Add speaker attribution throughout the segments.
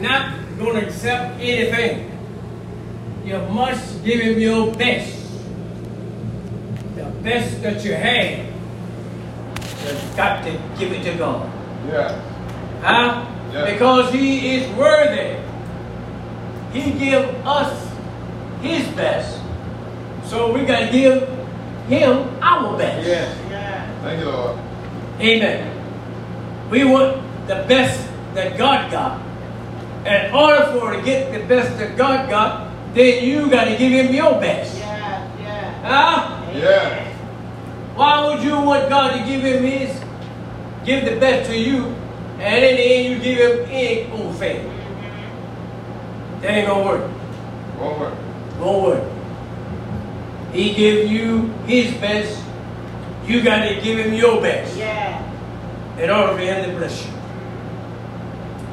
Speaker 1: not going to accept anything. You must give him your best. The best that you have. You've got to give it to God.
Speaker 2: Yeah.
Speaker 1: Huh?
Speaker 2: Yeah.
Speaker 1: Because he is worthy. He give us his best. So we gotta give him our best.
Speaker 2: Yeah. Thank you, Lord.
Speaker 1: Amen. We want the best that God got. In order for to get the best that God got, then you gotta give him your best.
Speaker 3: Yeah, yeah.
Speaker 1: Huh?
Speaker 2: Yeah.
Speaker 1: Why would you want God to give him his, give the best to you, and in the end you give him any old thing? That ain't gonna work.
Speaker 2: One word.
Speaker 1: Lord, He give you His best. You got to give Him your best
Speaker 3: Yeah.
Speaker 1: in order for Him to bless you.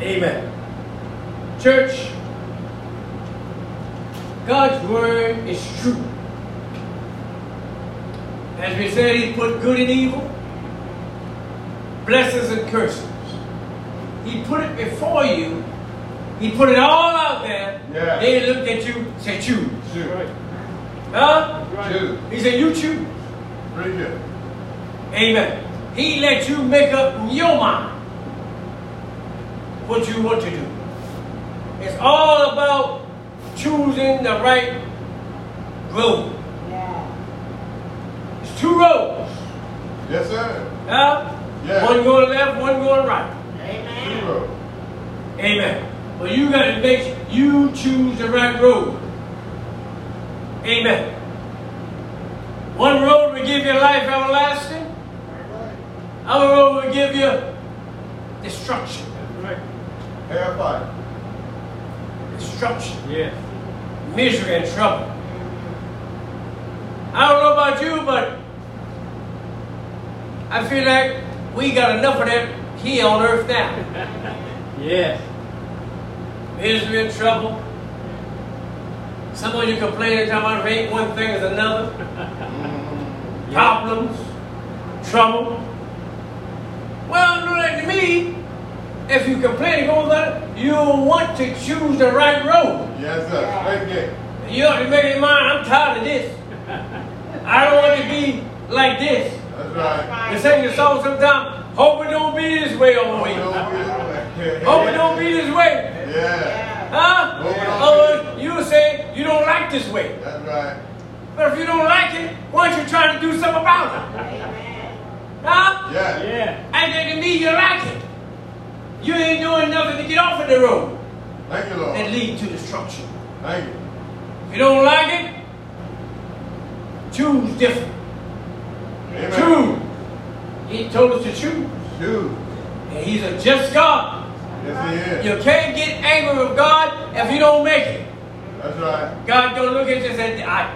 Speaker 1: Amen. Church, God's word is true. As we said, He put good and evil, blessings and curses. He put it before you. He put it all out there.
Speaker 2: Yeah.
Speaker 1: They looked at you, said, choose.
Speaker 2: Shoot.
Speaker 1: Huh?
Speaker 2: Shoot.
Speaker 1: He said, You choose.
Speaker 2: Pretty good.
Speaker 1: Amen. He let you make up your mind what you want to do. It's all about choosing the right road.
Speaker 3: Yeah.
Speaker 1: It's two roads.
Speaker 2: Yes, sir.
Speaker 1: Huh?
Speaker 2: Yeah.
Speaker 1: One going left, one going right.
Speaker 3: Amen.
Speaker 2: Zero.
Speaker 1: Amen. But you got to make you choose the right road. Amen. One road will give you life everlasting. Other road will give you destruction.
Speaker 2: Half
Speaker 1: Destruction.
Speaker 4: Yes.
Speaker 1: misery and trouble. I don't know about you, but I feel like we got enough of that here on earth now.
Speaker 4: Yes.
Speaker 1: misery and trouble. Some of you complaining talking about it ain't one thing is another. Problems, trouble. Well, no, like to me, if you complain about it, you want to choose the right road.
Speaker 2: Yes, sir. Thank you.
Speaker 1: You ought to make your mind, I'm tired of this. I don't want to be like this.
Speaker 2: That's right.
Speaker 1: They sing the song sometimes, hope it don't be this way on me. Hope it Oh, don't be this way.
Speaker 2: Yeah.
Speaker 3: Yeah.
Speaker 1: Huh?
Speaker 2: Hope it don't
Speaker 1: Oh, you say you don't like this way.
Speaker 2: That's right.
Speaker 1: But if you don't like it, why don't you try to do something about it?
Speaker 3: Amen.
Speaker 1: Huh?
Speaker 2: Yeah.
Speaker 4: Yeah.
Speaker 1: And then to me, you like it. You ain't doing nothing to get off of the road
Speaker 2: Thank
Speaker 1: that
Speaker 2: you, Lord.
Speaker 1: lead to destruction.
Speaker 2: Thank you.
Speaker 1: If you don't like it, choose different.
Speaker 2: Amen.
Speaker 1: Choose. He told us to choose.
Speaker 2: Shoot.
Speaker 1: And he's a just God.
Speaker 2: Yes, he is.
Speaker 1: You can't get angry with God if you don't make it.
Speaker 2: That's right.
Speaker 1: God don't look at you and say, I,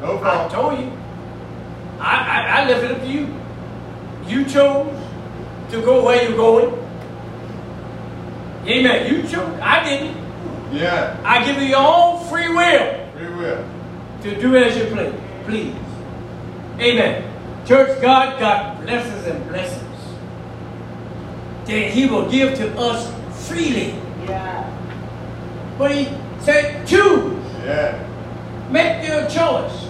Speaker 2: No
Speaker 1: I
Speaker 2: problem.
Speaker 1: told you. I, I, I left it up to you. You chose to go where you're going. Amen. You chose. I didn't.
Speaker 2: Yeah.
Speaker 1: I give you your own free will
Speaker 2: Free will.
Speaker 1: to do as you please. Please. Amen. Church, God got blessings and blessings that He will give to us freely.
Speaker 3: Yeah.
Speaker 1: But he said, choose,
Speaker 2: Yeah.
Speaker 1: make your choice.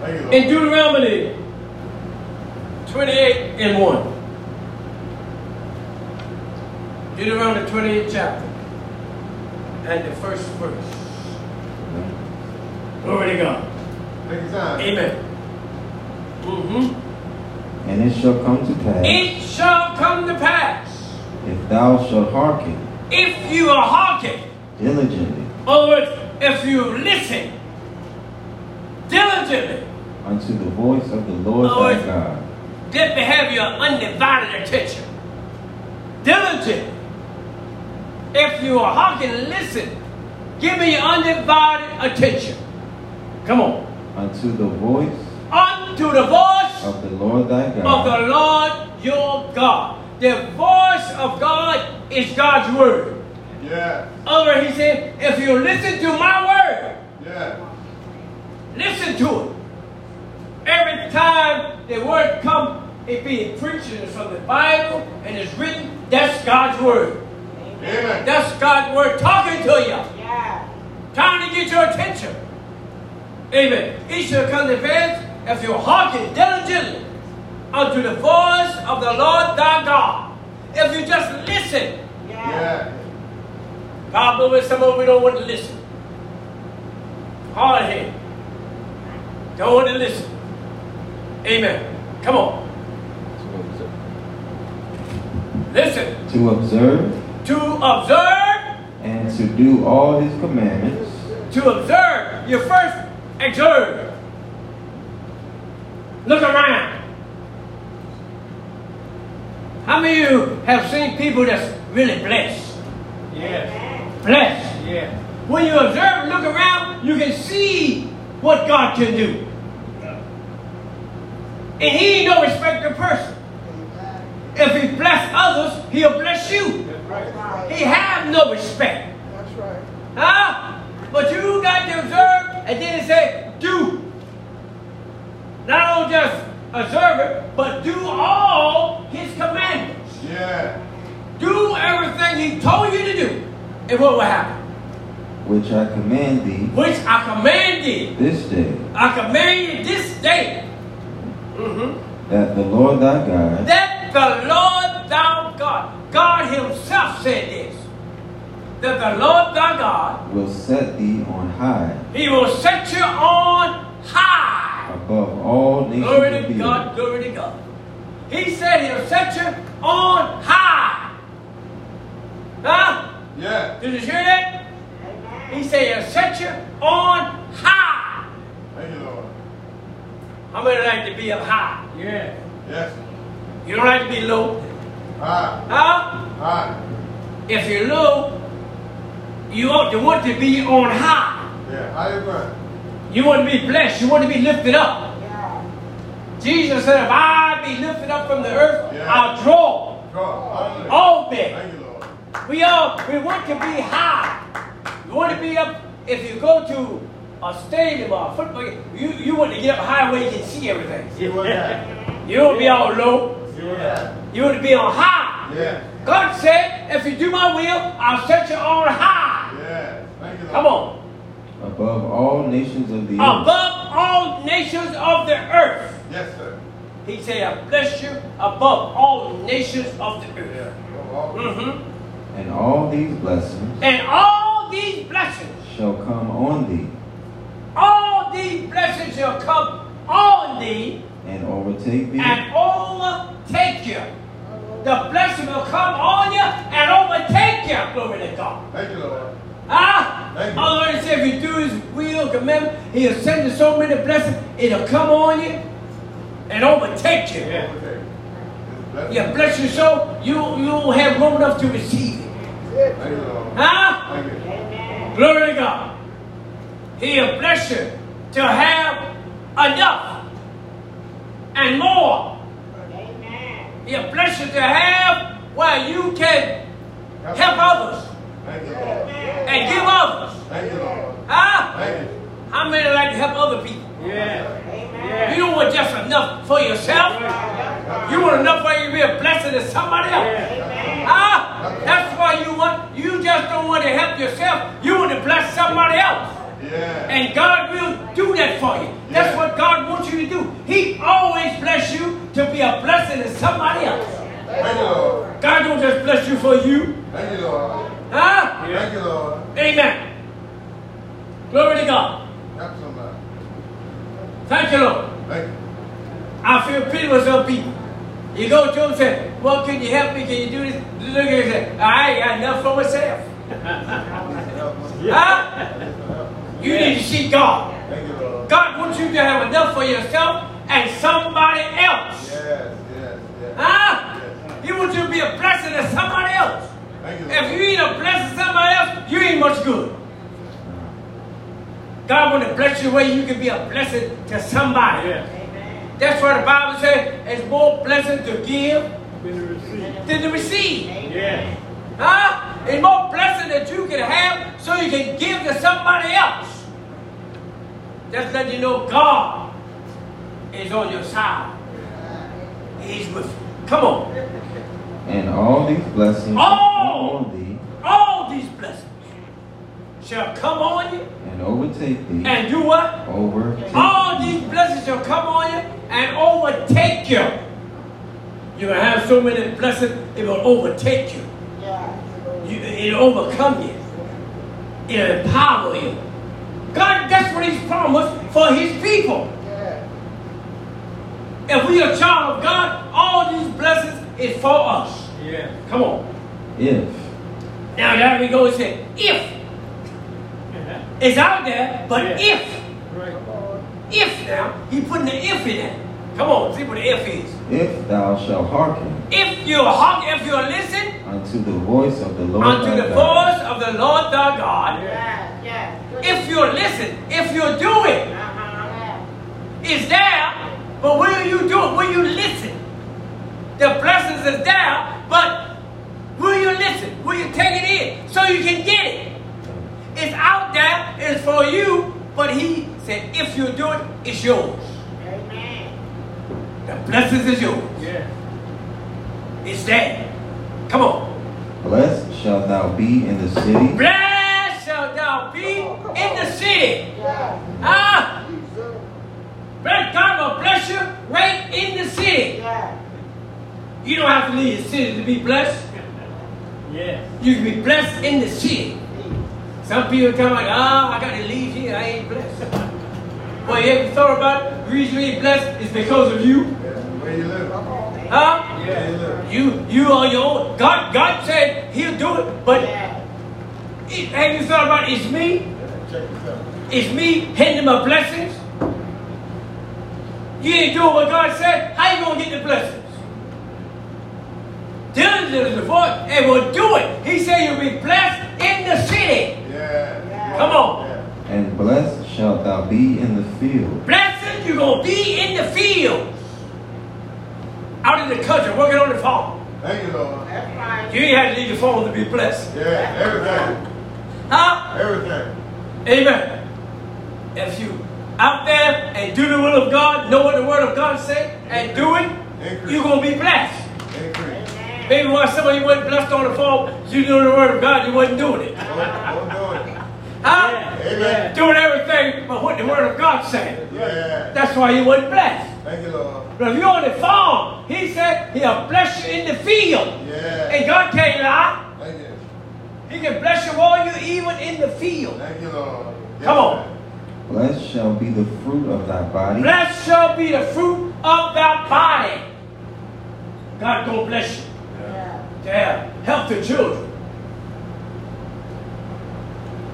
Speaker 2: Thank you, Lord.
Speaker 1: In Deuteronomy 28 and 1. Deuteronomy 28 chapter and the first verse. Glory to God.
Speaker 2: Take your time.
Speaker 1: Amen. hmm
Speaker 5: And it shall come to pass,
Speaker 1: It shall come to pass
Speaker 5: if thou shalt hearken
Speaker 1: if you are hearken.
Speaker 5: diligently
Speaker 1: In other words, if you listen diligently,
Speaker 5: unto the voice of the Lord
Speaker 1: Lord.
Speaker 5: thy God,
Speaker 1: Let me have your undivided attention. Diligent. If you are hearken, listen. Give me your undivided attention. Come on.
Speaker 5: unto the voice
Speaker 1: Unto the voice
Speaker 5: of the Lord thy
Speaker 1: of
Speaker 5: God,
Speaker 1: the Lord your God. The voice of God is God's word.
Speaker 2: Yeah.
Speaker 1: Other he said, if you listen to my word,
Speaker 2: Yeah.
Speaker 1: Listen to it. Every time the word come, it being preached and it's from the Bible and it's written, that's God's word.
Speaker 2: Amen.
Speaker 1: That's God's word talking to you,
Speaker 3: Yeah.
Speaker 1: trying to get your attention. Amen. It shall come to pass if you hearken diligently unto the voice of the Lord thy God. If you just listen,
Speaker 3: Yeah.
Speaker 2: Yeah.
Speaker 1: God but some of we don't want to listen. Hard head. Don't want to listen. Amen. Come on. Listen.
Speaker 5: to observe
Speaker 1: To observe,
Speaker 5: and to do all his commandments,
Speaker 1: to observe, you first observe. Look around. How many of you have seen people that's really blessed?
Speaker 4: Yes.
Speaker 1: Blessed.
Speaker 4: Yes.
Speaker 1: When you observe and look around, you can see what God can do. And He ain't no respecter person. If He bless others, He'll bless you.
Speaker 4: That's right.
Speaker 3: Right.
Speaker 1: He have no respect.
Speaker 4: That's right.
Speaker 1: Huh? But you got to observe and then it say, do. Not only just observe it, but do all His commandments.
Speaker 2: Yeah.
Speaker 1: Do everything He told you to do. And what will happen?
Speaker 5: which I command thee
Speaker 1: Which I command thee.
Speaker 5: this day,
Speaker 1: I command you this day mhm,
Speaker 5: that the Lord thy God
Speaker 1: that the Lord thou God, God Himself said this, that the Lord thy God,
Speaker 5: will set thee on high
Speaker 1: He will set you on high.
Speaker 5: above all nations
Speaker 1: Glory
Speaker 5: of
Speaker 1: to
Speaker 5: the
Speaker 1: God,
Speaker 5: earth.
Speaker 1: glory to God. He said He'll set you on high. Huh?
Speaker 2: Yeah.
Speaker 1: Did you hear that? He said He'll set you on high.
Speaker 2: Thank you, Lord.
Speaker 1: How many like to be up high?
Speaker 4: Yes.
Speaker 2: Yes.
Speaker 1: You don't like to be low,
Speaker 2: High.
Speaker 1: huh?
Speaker 2: High.
Speaker 1: If you're low, you ought to want to be on high.
Speaker 2: Yeah. High and mighty.
Speaker 1: You want to be blessed. You want to be lifted up. Jesus said, If I be lifted up from the earth,
Speaker 2: Yeah.
Speaker 1: I'll draw
Speaker 2: God. Hallelujah.
Speaker 1: all men.
Speaker 2: Thank you, Lord.
Speaker 1: We all we want to be high. You want to be up. If you go to a stadium or a football game, you, you want to get up high where you can see everything.
Speaker 2: See what that.
Speaker 1: You don't be all low.
Speaker 2: See what that.
Speaker 1: You want to be on high.
Speaker 2: Yeah.
Speaker 1: God said, If you do my will, I'll set you on high.
Speaker 2: Yeah. Thank you, Lord.
Speaker 1: Come on.
Speaker 5: Above all nations of the earth.
Speaker 1: above all nations of the earth.
Speaker 2: Yes, sir.
Speaker 1: He said, I bless you above all nations of the earth.
Speaker 2: Yeah. Oh, oh.
Speaker 1: Mhm.
Speaker 5: And all these blessings
Speaker 1: And all these blessings,
Speaker 5: shall come on thee
Speaker 1: all these blessings shall come on thee
Speaker 5: and overtake thee
Speaker 1: and overtake you. The blessing will come on you and overtake you. Glory to God. Ah,
Speaker 2: Thank you, Lord.
Speaker 1: Huh?
Speaker 2: Thank you.
Speaker 1: Our Lord said, if you do His will, commandment, He'll send you so many blessings, it'll come on you and overtake you.
Speaker 4: Yeah.
Speaker 2: Okay.
Speaker 1: Yeah, bless you so you you don't have room enough to receive it.
Speaker 2: Thank you, Lord.
Speaker 1: Huh?
Speaker 2: Thank you.
Speaker 1: Glory to God. He'll bless you to have enough and more. He'll bless you to have where you can help others
Speaker 2: Thank you, Lord.
Speaker 1: and give others.
Speaker 2: Thank you, Lord.
Speaker 1: Huh?
Speaker 2: Thank you.
Speaker 1: How many like to help other people?
Speaker 4: Yes.
Speaker 1: You don't want just enough for yourself. You want enough where you be a blessing to somebody else. Huh? Ah, That's why you want, you just don't want to help yourself. You want to bless somebody else.
Speaker 2: Yeah.
Speaker 1: And God will do that for you. That's
Speaker 2: Yeah.
Speaker 1: what God wants you to do. He always bless you to be a blessing to somebody else.
Speaker 2: Thank you, Lord.
Speaker 1: God don't just bless you for you.
Speaker 2: Thank you, Lord.
Speaker 1: Huh?
Speaker 2: Thank you, Lord.
Speaker 1: Amen. Glory to God.
Speaker 2: Help somebody.
Speaker 1: Thank you, Lord.
Speaker 2: Thank you.
Speaker 1: I feel pity for some people. You go to them and say, Well, can you help me? Can you do this? Look at you and say, I ain't got enough for myself.
Speaker 2: Help us.
Speaker 1: Huh? You need to see God.
Speaker 2: Thank you, Lord.
Speaker 1: God wants you to have enough for yourself and somebody else.
Speaker 2: Yes, yes, yes.
Speaker 1: Huh? He wants you to be a blessing to somebody else.
Speaker 2: Thank you,
Speaker 1: If
Speaker 2: Lord.
Speaker 1: you ain't a blessing to somebody else, you ain't much good. God want to bless you where you can be a blessing to somebody.
Speaker 4: Yes.
Speaker 1: That's what the Bible says. It's more blessing to give
Speaker 4: Been received.
Speaker 1: than to receive.
Speaker 4: Yes.
Speaker 1: Huh? It's more blessing that you can have so you can give to somebody else. Just let you know God is on your side. He's with you. Come on.
Speaker 5: and all these blessings shall
Speaker 1: All.
Speaker 5: come on thee
Speaker 1: All these blessings.
Speaker 5: overtake thee.
Speaker 1: and do what?
Speaker 5: Overtake
Speaker 1: All
Speaker 5: thee.
Speaker 1: these blessings shall come on you and overtake you. You're going to have so many blessings, it will overtake you. you it'll overcome you. It'll empower you. God, that's what He's promised for His people. If we are a child of God, all these blessings is for us.
Speaker 4: Yeah.
Speaker 1: Come on.
Speaker 5: If
Speaker 1: Now there we go. It said, if it's out there, but
Speaker 4: Uh-huh. Yeah.
Speaker 1: if,
Speaker 4: Right.
Speaker 1: if now, he putting the if in there. Come on, see what the if is.
Speaker 5: if thou shalt hearken
Speaker 1: If you heart, if you listen
Speaker 5: unto the voice of the Lord
Speaker 1: unto
Speaker 5: thy
Speaker 1: the
Speaker 5: God,
Speaker 1: voice of the Lord thy God, if you listen, if you do it,
Speaker 3: Uh-huh.
Speaker 1: it's there, but when you do it, when you listen, the blessings is there, but will you listen? Will you take it in so you can get it? It's out there, it's for you, but he said, if you do it, it's yours. The blessings is yours.
Speaker 4: Yeah.
Speaker 1: It's there. Come on.
Speaker 5: Blessed shalt thou be in the city,
Speaker 1: Blessed shall thou be in the city. Ah, bless God will bless you right in the city. You don't have to leave the city to be blessed.
Speaker 4: Yes.
Speaker 1: You can be blessed in the city. Some people come like, ah, I gotta leave here. I ain't blessed. Well, you ever thought about it? the reason you ain't blessed is because of you,
Speaker 2: Where you live?
Speaker 1: huh?
Speaker 2: Where you
Speaker 4: Yeah.
Speaker 2: live?
Speaker 1: You, you are your own. God, God said He'll do it, but it- have you thought about it? it's me?
Speaker 2: Check this out.
Speaker 1: It's me handing my blessings. You ain't doing what God said. How you gonna get the blessings? Diligent is the voice and will do it. He said you'll be blessed in the city.
Speaker 2: Yeah.
Speaker 1: Come on.
Speaker 2: Yeah.
Speaker 5: and blessed shalt thou be in the field.
Speaker 1: Blessed, you're gonna be in the field. Out in the country, working on the farm.
Speaker 2: Thank you, Lord.
Speaker 1: You ain't had to leave your farm to be blessed.
Speaker 2: Yeah,
Speaker 1: Huh?
Speaker 2: everything, everything.
Speaker 1: Amen. If you out there and do the will of God, know what the word of God say, and do it, you're gonna be blessed.
Speaker 2: Increase.
Speaker 1: Maybe why some of you wasn't blessed on the phone, you knew the word of God, you wasn't doing it.
Speaker 2: Don't, don't do it.
Speaker 1: Huh?
Speaker 2: Amen.
Speaker 1: Doing everything but what the word of God said.
Speaker 2: Yeah.
Speaker 1: That's why you wasn't blessed.
Speaker 2: Thank you, Lord.
Speaker 1: But if you're on the farm, he said he'll bless you in the field.
Speaker 2: Yeah.
Speaker 1: And God can't lie.
Speaker 2: Thank you.
Speaker 1: He can bless you while you're even in the field.
Speaker 2: Thank you, Lord. Yes,
Speaker 1: Come on.
Speaker 5: Blessed shall be the fruit of thy body,
Speaker 1: Blessed shall be the fruit of thy body. God gonna bless you. to have help the children.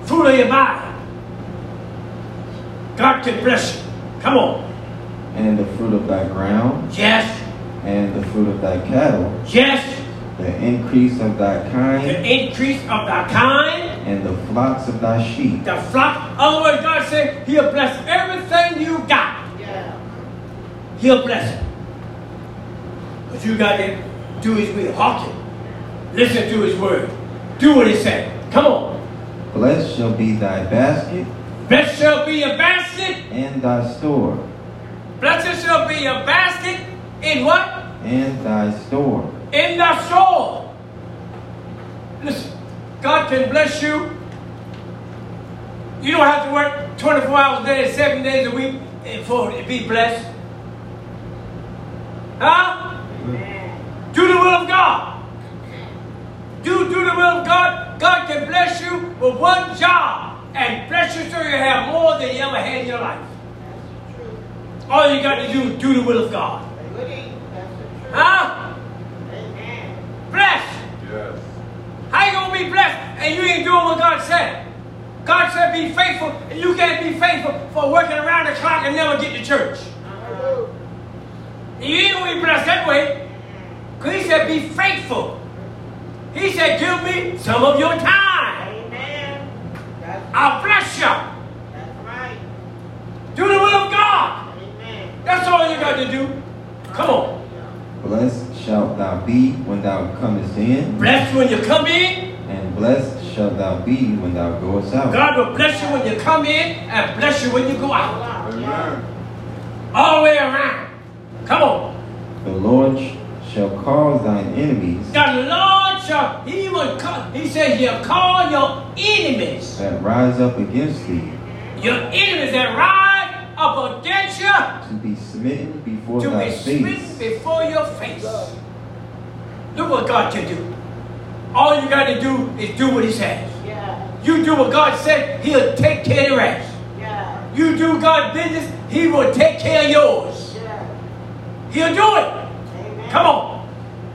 Speaker 1: Fruit of your mind. God can bless you. Come on.
Speaker 5: and the fruit of thy ground,
Speaker 1: Yes,
Speaker 5: and the fruit of thy cattle,
Speaker 1: yes,
Speaker 5: the increase of thy
Speaker 1: the
Speaker 5: kind,
Speaker 1: increase of thy kind,
Speaker 5: and the flocks of thy sheep.
Speaker 1: the flock. Otherwise, God said He'll bless everything you got. He'll bless it. But you got to do His will. Hawk it. Listen to His word. Do what He said. Come on.
Speaker 5: Blessed shall be thy basket
Speaker 1: Blessed shall be your basket.
Speaker 5: and thy store,
Speaker 1: Blessed shall be your basket in what?
Speaker 5: and thy store.
Speaker 1: in the soul. Listen, God can bless you. You don't have to work 24 hours a day, seven days a week eh, for to be blessed. Huh? Do the will of God. Do do the will of God. God can bless you with one job and bless you so you have more than you ever had in your life. All you got to do is do the will of God. Huh? Bless.
Speaker 2: Yes.
Speaker 1: How you gonna be blessed and you ain't doing what God said? God said be faithful, and you can't be faithful for working around the clock and never get to church. And you ain't gonna be blessed that way. Cause he said be faithful. He said give me some of your time. I'll bless you. Do the will of God. That's all you got to do. Come on.
Speaker 5: Blessed shalt thou be when thou comest in,
Speaker 1: Blessed when you come in.
Speaker 5: and blessed shalt thou be when thou goest out.
Speaker 1: God will bless you when you come in and bless you when you go out.
Speaker 2: Amen.
Speaker 1: All the way around. Come on.
Speaker 5: The Lord sh- shall cause thine enemies
Speaker 1: The Lord shall, he will call, he says, you call your enemies
Speaker 5: that rise up against thee
Speaker 1: Your enemies that ride up against you
Speaker 5: to be smitten before
Speaker 1: to
Speaker 5: thy
Speaker 1: be smitten
Speaker 5: face.
Speaker 1: before your face. Look what God can do. All you got to do is do what He says.
Speaker 3: Yeah.
Speaker 1: You do what God said, He'll take care of the rest.
Speaker 3: Yeah.
Speaker 1: You do God's business, He will take care of yours.
Speaker 3: Yeah.
Speaker 1: He'll do it.
Speaker 3: Amen.
Speaker 1: Come on.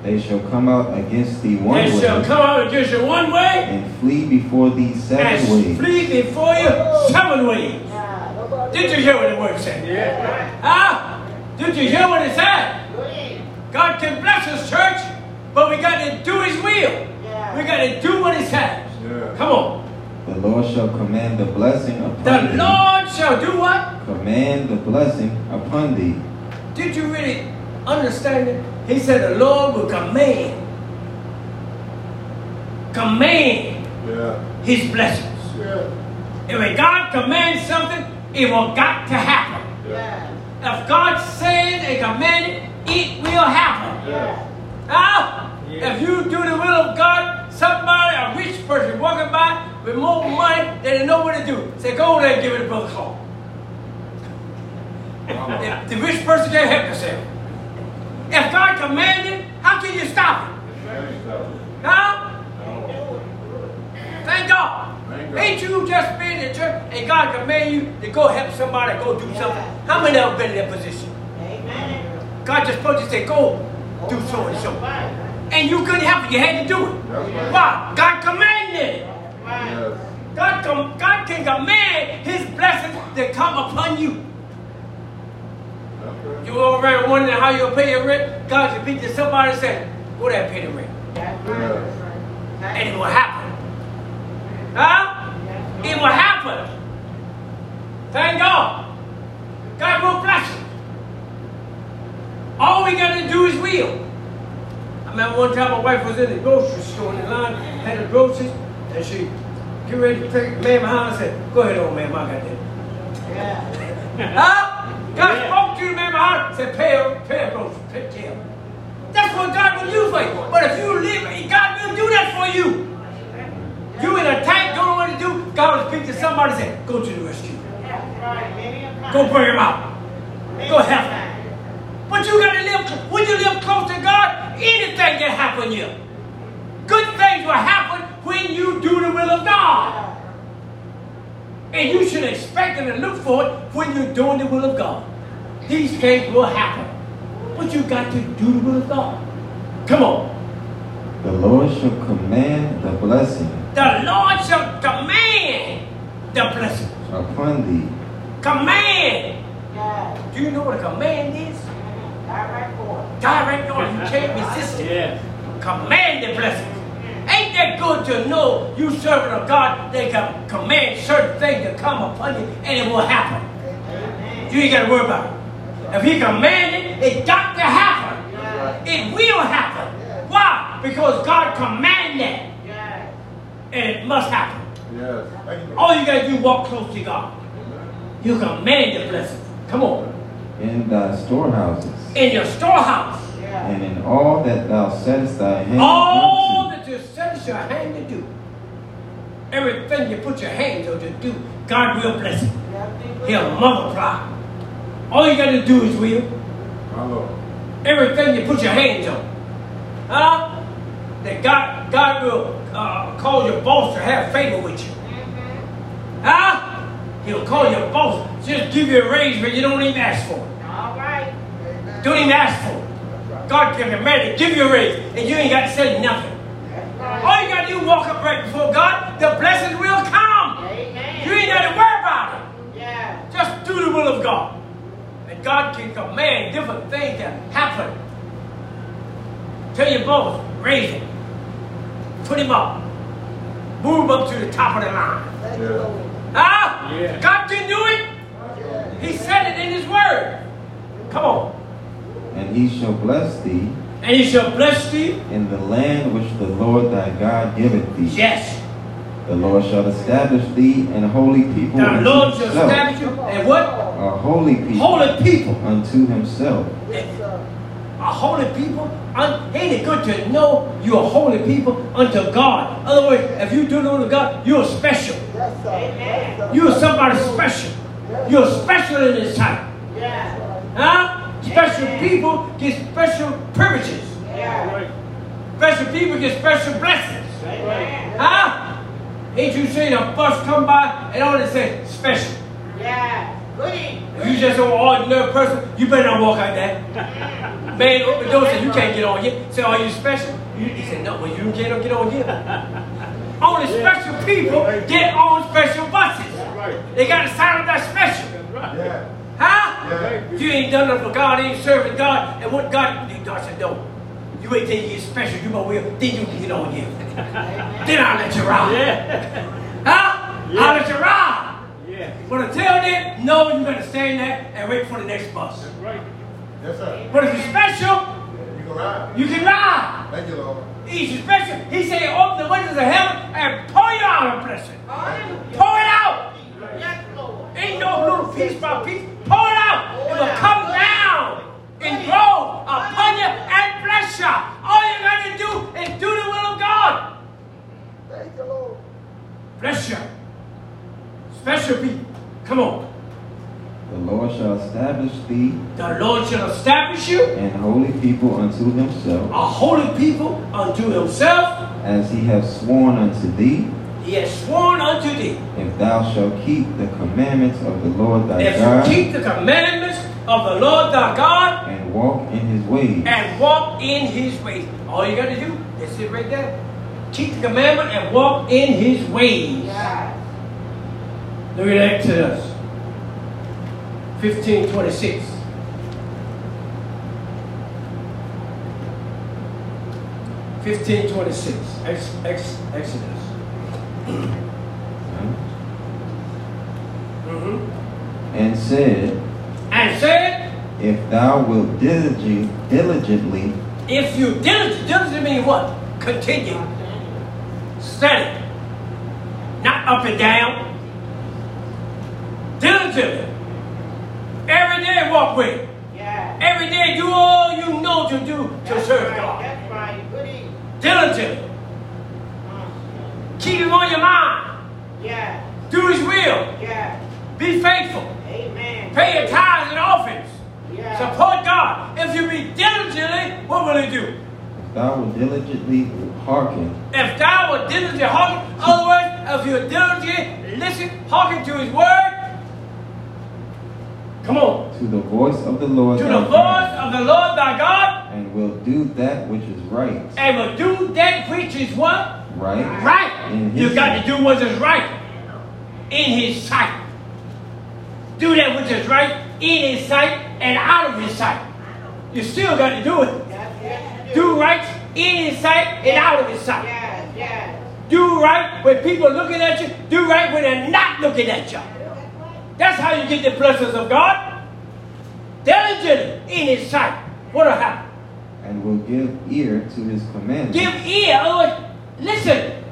Speaker 5: They shall come out against thee one
Speaker 1: They shall
Speaker 5: way
Speaker 1: come out against you one way
Speaker 5: and flee before thee
Speaker 1: and
Speaker 5: seven ways.
Speaker 1: flee before you seven ways.
Speaker 3: Yeah.
Speaker 1: Did you hear what the word said?
Speaker 4: Yeah.
Speaker 1: Huh? Did you hear what it said? God can bless us, church, but we got to do His will.
Speaker 3: Yeah.
Speaker 1: We got to do what He says.
Speaker 2: Yeah.
Speaker 1: Come on.
Speaker 5: The Lord shall command the blessing
Speaker 1: The
Speaker 5: upon thee.
Speaker 1: Lord shall do what?
Speaker 5: Command the blessing upon thee.
Speaker 1: Did you really understand it? He said the Lord will command, command
Speaker 2: Yeah.
Speaker 1: His blessings.
Speaker 2: Yeah.
Speaker 1: And when God commands something, it will got to happen.
Speaker 3: Yeah.
Speaker 1: If God said and commanded, it will happen.
Speaker 3: Yeah.
Speaker 1: Huh?
Speaker 4: Yeah.
Speaker 1: Ah! If you do the will of God, somebody, a rich person walking by with more money than they know what to do. Say, go over there and give it a brother call. the, the rich person can't help himself. If God commanded, how can you stop it?
Speaker 2: Thank God.
Speaker 1: Huh? Thank God.
Speaker 2: Oh. Thank God.
Speaker 1: Ain't you just been in church and God command you to go help somebody go do
Speaker 3: Yeah.
Speaker 1: something? How many of been in that position?
Speaker 3: Amen.
Speaker 1: God just supposed to say, go do so and so. And you couldn't help it. You had to do it.
Speaker 2: That's right.
Speaker 1: Why? God commanded it.
Speaker 3: Right.
Speaker 2: Yes.
Speaker 1: God, com- God can command His blessings to come upon you.
Speaker 2: That's right.
Speaker 1: You already wondering how you'll pay your rent? God can beat to somebody and say, go there and pay the rent.
Speaker 3: That's
Speaker 1: And it
Speaker 3: right.
Speaker 1: will happen. Huh? It will happen. Thank God. God will bless you. All we got to do is will. I remember one time my wife was in the grocery store in the line, had the groceries, and she get ready to take the man behind and said, go ahead old man, I got that.
Speaker 3: Yeah.
Speaker 1: Huh? God
Speaker 4: Yeah.
Speaker 1: spoke to you, man, behind said, pay her, pay her, bro, pay him. That's what God will do for you. But if you live, God will do that for you. You in a tank, don't know what to do, God will speak to somebody and say, go to the rescue.
Speaker 3: That's right. Many a time.
Speaker 1: Go bring him out.
Speaker 3: Many
Speaker 1: go
Speaker 3: a
Speaker 1: help.
Speaker 3: time.
Speaker 1: But you gotta live, when you live close to God, anything can happen to you. Good things will happen when you do the will of God.
Speaker 3: Yeah.
Speaker 1: And you should expect and look for it when you're doing the will of God. These things will happen. But you got to do the will of God. Come on.
Speaker 5: The Lord shall command the blessing
Speaker 1: The Lord shall command the blessing.
Speaker 5: upon thee.
Speaker 1: Command.
Speaker 3: Yeah.
Speaker 1: Do you know what a command is?
Speaker 3: Direct order.
Speaker 1: Direct order. You can't resist it.
Speaker 4: Yes.
Speaker 1: Command the blessing. Ain't that good to know you servant of God? They can command certain things to come upon you, and it will happen.
Speaker 3: Amen.
Speaker 1: You ain't got to worry about it. If he commanded, it got to happen.
Speaker 3: Yeah.
Speaker 1: It will happen. Why? Because God commanded,
Speaker 3: Yeah.
Speaker 1: and it must happen.
Speaker 2: Yes. Thank you.
Speaker 1: All you got to do is walk close to God. You command the blessing. Come on.
Speaker 5: in thy storehouses,
Speaker 1: In your storehouse,
Speaker 3: Yeah.
Speaker 5: and in all that thou settest thy hand
Speaker 1: all
Speaker 5: unto.
Speaker 1: that you set your hand to do, everything you put your hands on to do, God will bless it.
Speaker 3: Nothing but-
Speaker 1: He'll multiply. All you got to do is will.
Speaker 2: My Lord.
Speaker 1: everything you put your hands on. Huh? That God, God will uh, call your boss to have favor with you.
Speaker 3: Mhm.
Speaker 1: Huh? He'll call your boss, just give you a raise when you don't even ask for it.
Speaker 3: All right.
Speaker 1: Don't even ask for it. God can command to give you a raise, and you ain't got to say nothing.
Speaker 3: That's right.
Speaker 1: All you got to do is walk up right before God, the blessings will come.
Speaker 3: Amen.
Speaker 1: You ain't got to worry about it.
Speaker 3: Yeah.
Speaker 1: Just do the will of God. And God can command different things to happen. Tell your boss, raise him. Put him up. Move him up to the top of the line.
Speaker 2: Yeah.
Speaker 1: Huh?
Speaker 4: Yeah.
Speaker 1: God can do it. He said it in his word. Come on.
Speaker 5: And he shall bless thee
Speaker 1: And he shall bless thee.
Speaker 5: in the land which the Lord thy God giveth thee.
Speaker 1: Yes.
Speaker 5: The Lord shall establish thee an holy people
Speaker 1: The
Speaker 5: unto
Speaker 1: Lord shall
Speaker 5: himself.
Speaker 1: establish you. And what?
Speaker 5: A holy people
Speaker 1: Holy people.
Speaker 5: unto himself.
Speaker 1: a holy people, un- ain't it good to know you're a holy people unto God? In other words, if you do know to God, you're special.
Speaker 6: Yes, sir.
Speaker 3: Amen.
Speaker 6: Yes, sir.
Speaker 1: You're somebody special. You're special in this time.
Speaker 3: Yeah.
Speaker 1: Huh? Special people get special privileges.
Speaker 3: Yeah.
Speaker 4: Right.
Speaker 1: Special people get special blessings.
Speaker 4: That's right.
Speaker 3: Amen.
Speaker 1: Huh? Ain't you seen a bus come by and all it says special?
Speaker 3: Yeah. Goody.
Speaker 1: If you just an ordinary person, you better not walk out there. Man open the door said, you can't get on here. Say, are you special? You, he said, no, well, you can't get on here. Only special people get on special buses.
Speaker 4: That's right.
Speaker 1: They got to sign up that special.
Speaker 4: That's right.
Speaker 2: Yeah.
Speaker 1: Huh?
Speaker 2: Yeah.
Speaker 1: You ain't done nothing for God, ain't serving God, and what God God said, no. You wait till you get special, you my will, then you can get on here. then I'll let you ride.
Speaker 4: Yeah.
Speaker 1: Huh?
Speaker 4: Yeah.
Speaker 1: I'll let you ride.
Speaker 4: Yeah.
Speaker 1: But until then, no, you better stay in there and wait for the next bus.
Speaker 4: That's right.
Speaker 2: Yes, sir.
Speaker 1: But if you're special,
Speaker 2: You can ride.
Speaker 1: you can ride.
Speaker 2: Thank you, Lord.
Speaker 1: If you're special, he said, open the windows of heaven and pour you out a blessing.
Speaker 3: Hallelujah.
Speaker 1: Pour it out.
Speaker 3: Yes, Lord.
Speaker 1: Ain't no little piece by piece. Pour it out. It will come down and grow upon you and bless you. All you gotta do is do the will of God.
Speaker 6: Thank you, Lord.
Speaker 1: Bless you. Special people. Come on.
Speaker 5: The Lord shall establish thee
Speaker 1: The Lord shall establish you,
Speaker 5: and holy people unto himself,
Speaker 1: a holy people unto himself.
Speaker 5: as he hath sworn unto thee,
Speaker 1: He has sworn unto thee.
Speaker 5: if thou shalt keep the commandments of the Lord thy
Speaker 1: If
Speaker 5: God
Speaker 1: you keep the commandments of the Lord thy God
Speaker 5: and walk in his ways.
Speaker 1: and walk in his ways. All you gotta do is sit right there. Keep the commandment and walk in his ways.
Speaker 3: Yeah.
Speaker 1: Look at Exodus 15 26. Fifteen twenty six. Ex, ex, Exodus. Mm-hmm.
Speaker 5: And said,
Speaker 1: And said,
Speaker 5: If thou wilt diligently, diligently
Speaker 1: if you diligent, diligent means what? Continue. Steady. Not up and down. Diligently. Every day walk with. it.
Speaker 3: Yeah.
Speaker 1: Every day do all you know to do to
Speaker 3: That's
Speaker 1: serve
Speaker 3: right.
Speaker 1: God.
Speaker 3: That's right. Goody.
Speaker 1: Diligently. Keep him on your mind.
Speaker 3: Yeah.
Speaker 1: Do his will.
Speaker 3: Yeah.
Speaker 1: Be faithful.
Speaker 3: Amen.
Speaker 1: Pay your tithes and offerings.
Speaker 3: Yeah.
Speaker 1: Support God. If you be diligently, what will he do?
Speaker 5: If thou wilt diligently hearken
Speaker 1: If thou were diligent hearken, otherwise, if you're diligent, listen, hearken to his word. Come on.
Speaker 5: to the voice of the Lord
Speaker 1: To
Speaker 5: thy
Speaker 1: the voice
Speaker 5: God,
Speaker 1: of the Lord thy God,
Speaker 5: and will do that which is right,
Speaker 1: and will do that which is what?
Speaker 5: right,
Speaker 1: Right.
Speaker 5: In his
Speaker 1: You got to do what is right in his sight. Do that which is right in his sight and out of his sight. You still got to do it.
Speaker 3: That's it.
Speaker 1: Do right in his sight and out of his sight.
Speaker 3: Yeah. Yeah.
Speaker 1: Do right when people looking at you. Do right when they're not looking at you. That's how you get the blessings of God. Diligent in his sight. What will happen?
Speaker 5: and will give ear to his commandments.
Speaker 1: Give ear. Lord. Listen.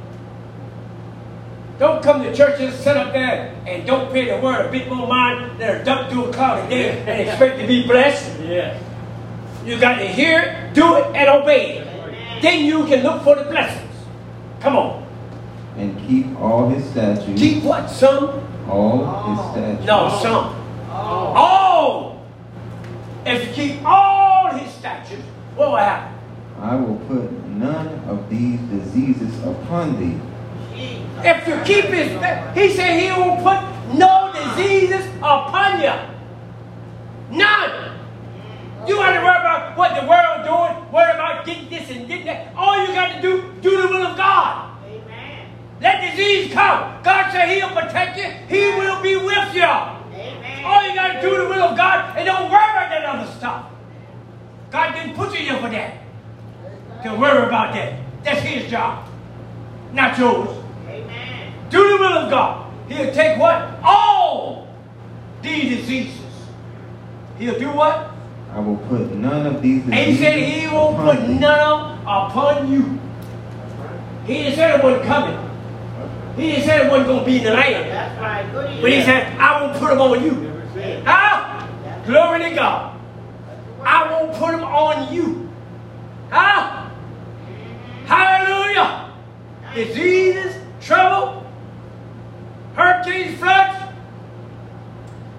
Speaker 1: Don't come to church and sit up there and don't pay the word a bit more mind than a duck to a cloud day and expect to be blessed.
Speaker 4: Yes.
Speaker 1: You got to hear it, do it, and obey it. Then you can look for the blessings. Come on.
Speaker 5: and keep all his statutes,
Speaker 1: Keep what? Some?
Speaker 5: all his statutes,
Speaker 1: No, some. All. If you keep all his statutes, what will happen?
Speaker 5: I will put none of these diseases upon thee,
Speaker 1: If you keep his, he said he will put no diseases upon you. None. You got to worry about what the world doing, worry about getting this and getting that. All you got to do, do the will of God.
Speaker 3: Amen.
Speaker 1: Let disease come. God said he'll protect you. He will be with you. All
Speaker 3: Amen.
Speaker 1: you got to do the will of God and don't worry about that other stuff. God didn't put you here for that. Don't worry about that. That's his job, not yours.
Speaker 3: Amen.
Speaker 1: Do the will of God. He'll take what? All these diseases. He'll do what?
Speaker 5: I will put none of these
Speaker 1: And he
Speaker 5: diseases
Speaker 1: said he will
Speaker 5: upon
Speaker 1: put
Speaker 5: thee.
Speaker 1: none of upon you. He didn't say it wasn't coming. He didn't say it wasn't going to be in the land.
Speaker 3: That's right. Goody.
Speaker 1: But he said, I won't put them on you.
Speaker 4: Never said.
Speaker 1: Huh? Glory to God. I won't put them on you. Huh? Hallelujah. Diseases, trouble,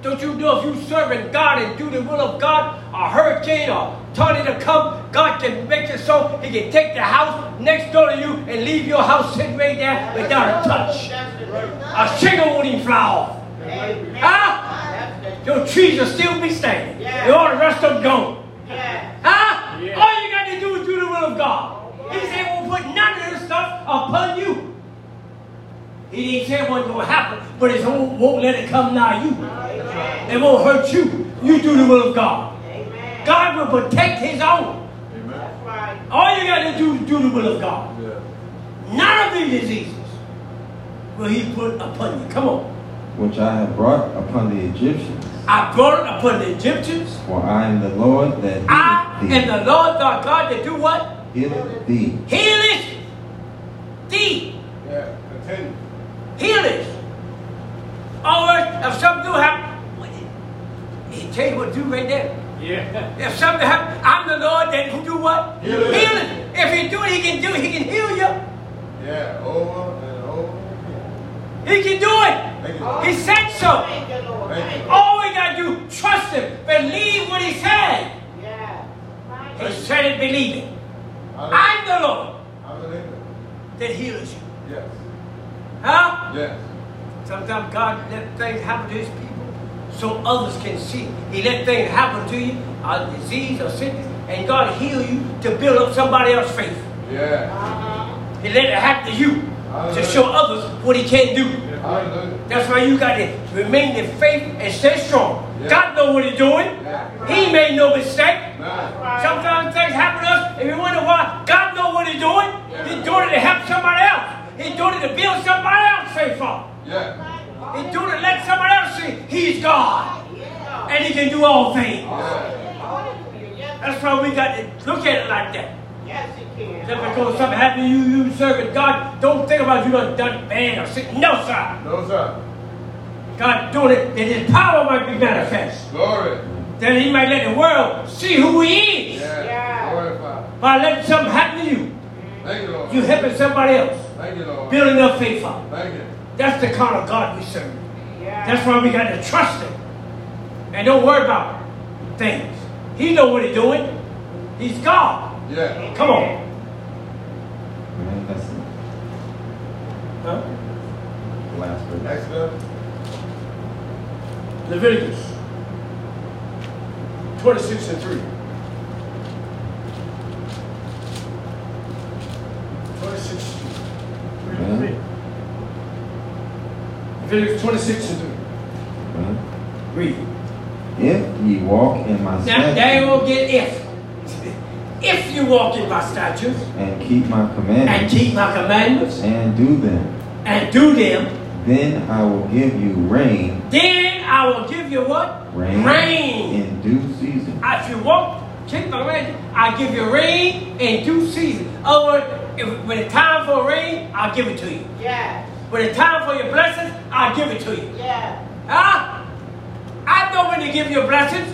Speaker 1: know if you serving God and do the will of God, a hurricane or tornado come, God can make it so He can take the house next door to you and leave your house sitting right there without a touch. A chicken won't even fly off.
Speaker 3: Amen.
Speaker 1: Ah!
Speaker 3: That's the-
Speaker 1: Your trees will still be standing.
Speaker 3: Yeah.
Speaker 1: And all the rest of them gone.
Speaker 3: Yes.
Speaker 1: Huh?
Speaker 4: Yeah.
Speaker 1: All you got to do is do the will of God. He said, won't put none of this stuff upon you. He didn't say it wasn't going to happen, but it won't, won't let it come nigh you.
Speaker 3: Amen.
Speaker 1: It won't hurt you. You do the will of God.
Speaker 3: Amen.
Speaker 1: God will protect his own.
Speaker 2: Amen.
Speaker 3: That's right.
Speaker 1: All you got to do is do the will of God.
Speaker 2: Yeah.
Speaker 1: None of these diseases will he put upon you. Come on.
Speaker 5: which I have brought upon the Egyptians.
Speaker 1: I brought it upon the Egyptians.
Speaker 5: For I am the Lord that
Speaker 1: I am
Speaker 5: healeth
Speaker 1: the Lord thy God that do what?
Speaker 5: thee. Healeth thee.
Speaker 1: Healeth thee.
Speaker 2: Yeah. Continue.
Speaker 1: Healeth. Or if something do happen, he tell you what to do right there.
Speaker 4: Yeah.
Speaker 1: If something happen, I'm the Lord that who do what?
Speaker 2: Healeth.
Speaker 1: Healeth. If he do it, he can do it. He can heal you.
Speaker 2: Yeah. Over and over again.
Speaker 1: He can do
Speaker 2: Thank you.
Speaker 1: it. He said so.
Speaker 3: Thank you, Lord. Thank you.
Speaker 1: All we gotta do, trust him, believe what he said.
Speaker 3: Yes. Thank you.
Speaker 1: He said it, believe it.
Speaker 2: Hallelujah.
Speaker 1: I'm the Lord
Speaker 2: Hallelujah.
Speaker 1: that heals you.
Speaker 2: Yes.
Speaker 1: Huh?
Speaker 2: Yes.
Speaker 1: Sometimes God let things happen to his people so others can see. He let things happen to you, a disease or sickness, and God heal you to build up somebody else's faith.
Speaker 2: Yeah.
Speaker 3: Uh-huh.
Speaker 1: He let it happen to you to
Speaker 2: Hallelujah.
Speaker 1: show others what he can do.
Speaker 2: Hallelujah.
Speaker 1: That's why you got to remain in faith and stay strong.
Speaker 2: Yeah.
Speaker 1: God know what he's doing.
Speaker 2: Yeah.
Speaker 1: He made no mistake.
Speaker 2: Nine.
Speaker 3: Right.
Speaker 1: Sometimes things happen to us and we wonder why. God know what he's doing. He's doing it to help somebody else. He's doing it to build somebody else's faith up.
Speaker 2: Yeah.
Speaker 1: He do to let somebody else see he's God
Speaker 3: Yeah.
Speaker 1: and he can do all things.
Speaker 2: Yeah.
Speaker 3: Hallelujah. Yes.
Speaker 1: That's why we got to look at it like that.
Speaker 3: Yes, it can.
Speaker 1: Just because something happened to you, you serving God, don't think about you done done bad or sick. No, sir.
Speaker 2: Those up.
Speaker 1: God doing it that his power might be manifest.
Speaker 2: Glory.
Speaker 1: Then he might let the world see who he is
Speaker 2: Yeah.
Speaker 3: Yeah.
Speaker 2: Glorify.
Speaker 1: by letting something happen to you.
Speaker 2: Thank you, Lord.
Speaker 1: You helping somebody else,
Speaker 2: Thank you, Lord.
Speaker 1: building up faith up.
Speaker 2: Thank you.
Speaker 1: That's the kind of God we serve.
Speaker 3: Yeah.
Speaker 1: That's why we got to trust him. And don't worry about things. He know what he's doing. He's God.
Speaker 2: Yeah.
Speaker 1: Come on.
Speaker 5: Man, that's the
Speaker 1: Huh?
Speaker 5: last verse.
Speaker 2: Next up.
Speaker 1: Leviticus 26 and 3. 26.
Speaker 5: Amen.
Speaker 1: Leviticus 26 and
Speaker 5: Amen.
Speaker 1: 3. Read.
Speaker 5: If ye walk in my
Speaker 1: Now, they will
Speaker 5: statutes
Speaker 1: get if. If you walk in my statutes
Speaker 5: and keep my
Speaker 1: and
Speaker 5: commandments
Speaker 1: keep my commandments
Speaker 5: and do them,
Speaker 1: and do them,
Speaker 5: then I will give you rain,
Speaker 1: then I will give you what?
Speaker 5: rain,
Speaker 1: Rain.
Speaker 5: in due season.
Speaker 1: If you walk, keep the rain, I give you rain in due season. Other words, if, when it's time for rain, I'll give it to you.
Speaker 3: Yes.
Speaker 1: When it's time for your blessings, I'll give it to you.
Speaker 3: Yes.
Speaker 1: Huh? I know when to give you blessings.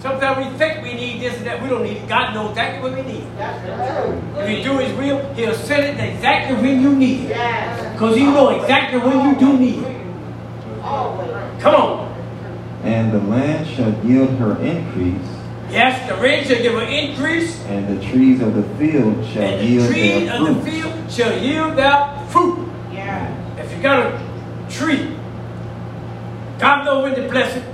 Speaker 1: Sometimes we think we need this and that. We don't need it. God knows exactly what we need.
Speaker 3: That's the
Speaker 1: If you
Speaker 3: truth.
Speaker 1: do His will, He'll send it exactly when you need it.
Speaker 3: Yes.
Speaker 1: Because He knows exactly when you do need it.
Speaker 3: Always.
Speaker 1: Come on.
Speaker 5: And the land shall yield her increase,
Speaker 1: Yes, the rain shall give an increase,
Speaker 5: and the trees of the field shall
Speaker 1: and the
Speaker 5: yield
Speaker 1: trees
Speaker 5: their
Speaker 1: of the
Speaker 5: fruit.
Speaker 1: field shall yield their fruit.
Speaker 3: Yeah.
Speaker 1: If you got a tree, God know when to bless it.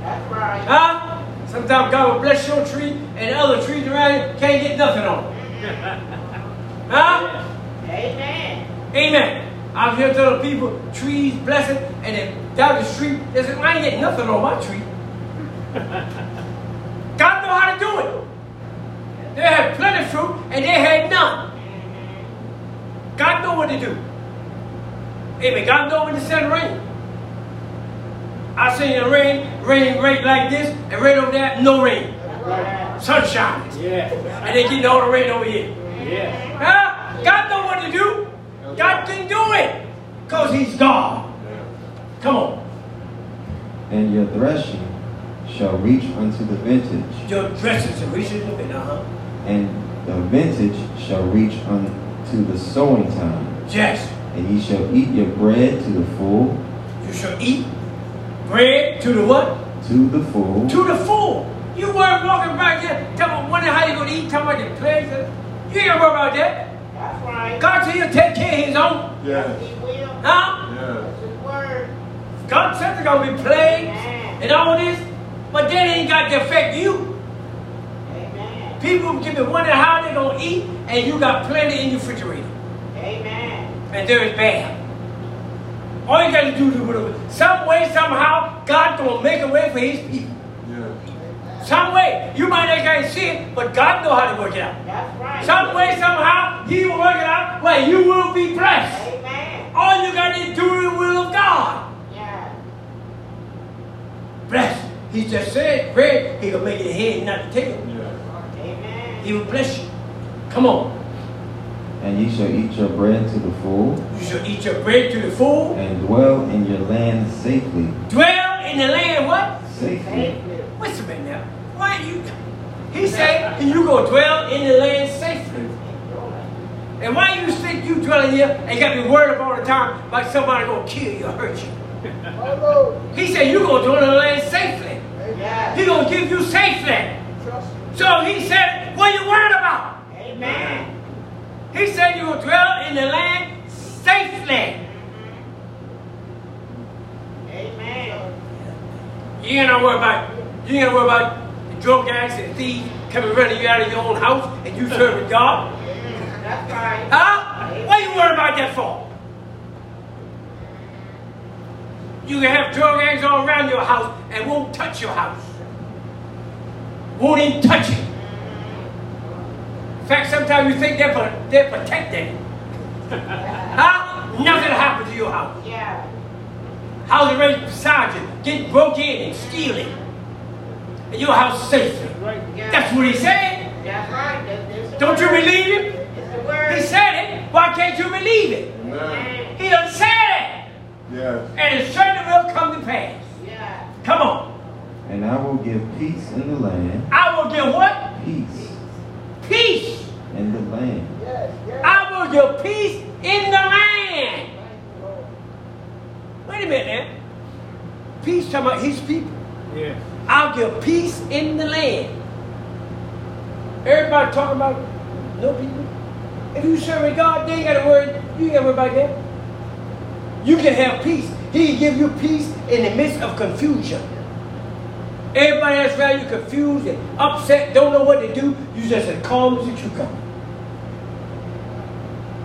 Speaker 3: That's right.
Speaker 1: Huh? Sometimes God will bless your tree and other trees around it can't get nothing on it. Huh?
Speaker 3: Amen.
Speaker 1: Amen. I'm here telling people trees bless it and then down the street they say, I ain't getting nothing on my tree. God know how to do it. They had plenty of fruit and they had none. God know what to do. Amen. God know when to send rain. I seen it rain, rain, rain like this, and rain over there, no rain.
Speaker 3: That's right.
Speaker 1: Sunshine.
Speaker 4: Yeah.
Speaker 1: And they getting all the rain over here.
Speaker 4: Yeah.
Speaker 1: Huh? God know what to do. God can do it. Because he's God. Come on.
Speaker 5: And your threshing shall reach unto the vintage,
Speaker 1: Your dresses and reaches looking, uh-huh.
Speaker 5: and the vintage shall reach unto the sowing time.
Speaker 1: Yes.
Speaker 5: And ye shall eat your bread to the full,
Speaker 1: You shall eat Bread to the what?
Speaker 5: to the full.
Speaker 1: To the full. You weren't walking back here talking about wondering how you gonna eat, talking about the pleasure. You ain't worry about that.
Speaker 3: That's right.
Speaker 1: God said he'll take care of his own.
Speaker 2: Yes.
Speaker 3: He will.
Speaker 1: Huh?
Speaker 2: Yes.
Speaker 3: That's his word.
Speaker 1: God said there's gonna be plagues
Speaker 3: Amen.
Speaker 1: and all this, but that ain't got to affect you.
Speaker 3: Amen.
Speaker 1: People can be wondering how they gonna eat, and you got plenty in your refrigerator.
Speaker 3: Amen.
Speaker 1: and there is bad. All you got to do is do it. Some way, somehow, God gonna make a way for His people.
Speaker 2: Yes.
Speaker 1: Some way, you might not guys see it, but God know how to work it out.
Speaker 3: That's right.
Speaker 1: Some way, somehow, He will work it out where you will be blessed.
Speaker 3: Amen.
Speaker 1: All you got to do is the will of God.
Speaker 3: Yeah.
Speaker 1: Bless. He just said, "Pray." He gonna make it head, not the tail.
Speaker 2: Yes.
Speaker 3: Amen.
Speaker 1: He will bless you. Come on,
Speaker 5: And ye shall eat your bread to the full,
Speaker 1: you shall eat your bread to the full.
Speaker 5: and dwell in your land safely.
Speaker 1: Dwell in the land. What?
Speaker 5: Safely.
Speaker 1: What's a minute now. Why you? He said, and you go dwell in the land safely. And why you think you dwelling here and got to be worried about all the time like somebody gonna kill you or hurt you?
Speaker 6: Hello.
Speaker 1: He said, you gonna dwell in the land safely.
Speaker 3: Yeah.
Speaker 1: He gonna give you safely.
Speaker 6: Trust me.
Speaker 1: So he said, what you worried about?
Speaker 3: Amen.
Speaker 1: He said, you gonna dwell in the land safely.
Speaker 3: Amen.
Speaker 1: You ain't gonna worry about you ain't gonna worry about the drug addicts and thieves coming running you out of your own house and you serving God.
Speaker 3: That's right.
Speaker 1: Huh? What you worried about that for? You can have drug addicts all around your house and won't touch your house. Won't even touch it. In fact, sometimes you think they're, pro- they're protecting. huh? Nothing happened to your house.
Speaker 3: Yeah.
Speaker 1: House is right beside you. Get broke in and steal it. And your house safely.
Speaker 4: Right.
Speaker 3: Yeah.
Speaker 1: That's what he said.
Speaker 3: That's right. That's, that's the
Speaker 1: Don't you
Speaker 3: word.
Speaker 1: believe him?
Speaker 3: It's the
Speaker 1: He
Speaker 3: word.
Speaker 1: said it. Why can't you believe it?
Speaker 2: Amen.
Speaker 1: He done said it.
Speaker 2: Yes.
Speaker 1: And it certainly will come to pass.
Speaker 3: Yeah.
Speaker 1: Come on.
Speaker 5: And I will give peace in the land,
Speaker 1: I will give what?
Speaker 5: peace
Speaker 1: Peace.
Speaker 5: in the land.
Speaker 6: Yes, yes.
Speaker 1: I will give peace in the
Speaker 6: Thank
Speaker 1: land.
Speaker 6: you, Lord.
Speaker 1: Wait a minute now. Peace talking about his people.
Speaker 4: Yes.
Speaker 1: I'll give peace in the land. Everybody talking about no people. If you serve God, they ain't got to worry. You ain't got to worry about that. You can have peace. He give you peace in the midst of confusion. Everybody that's around you confused and upset, don't know what to do. You just as calm as a cucumber.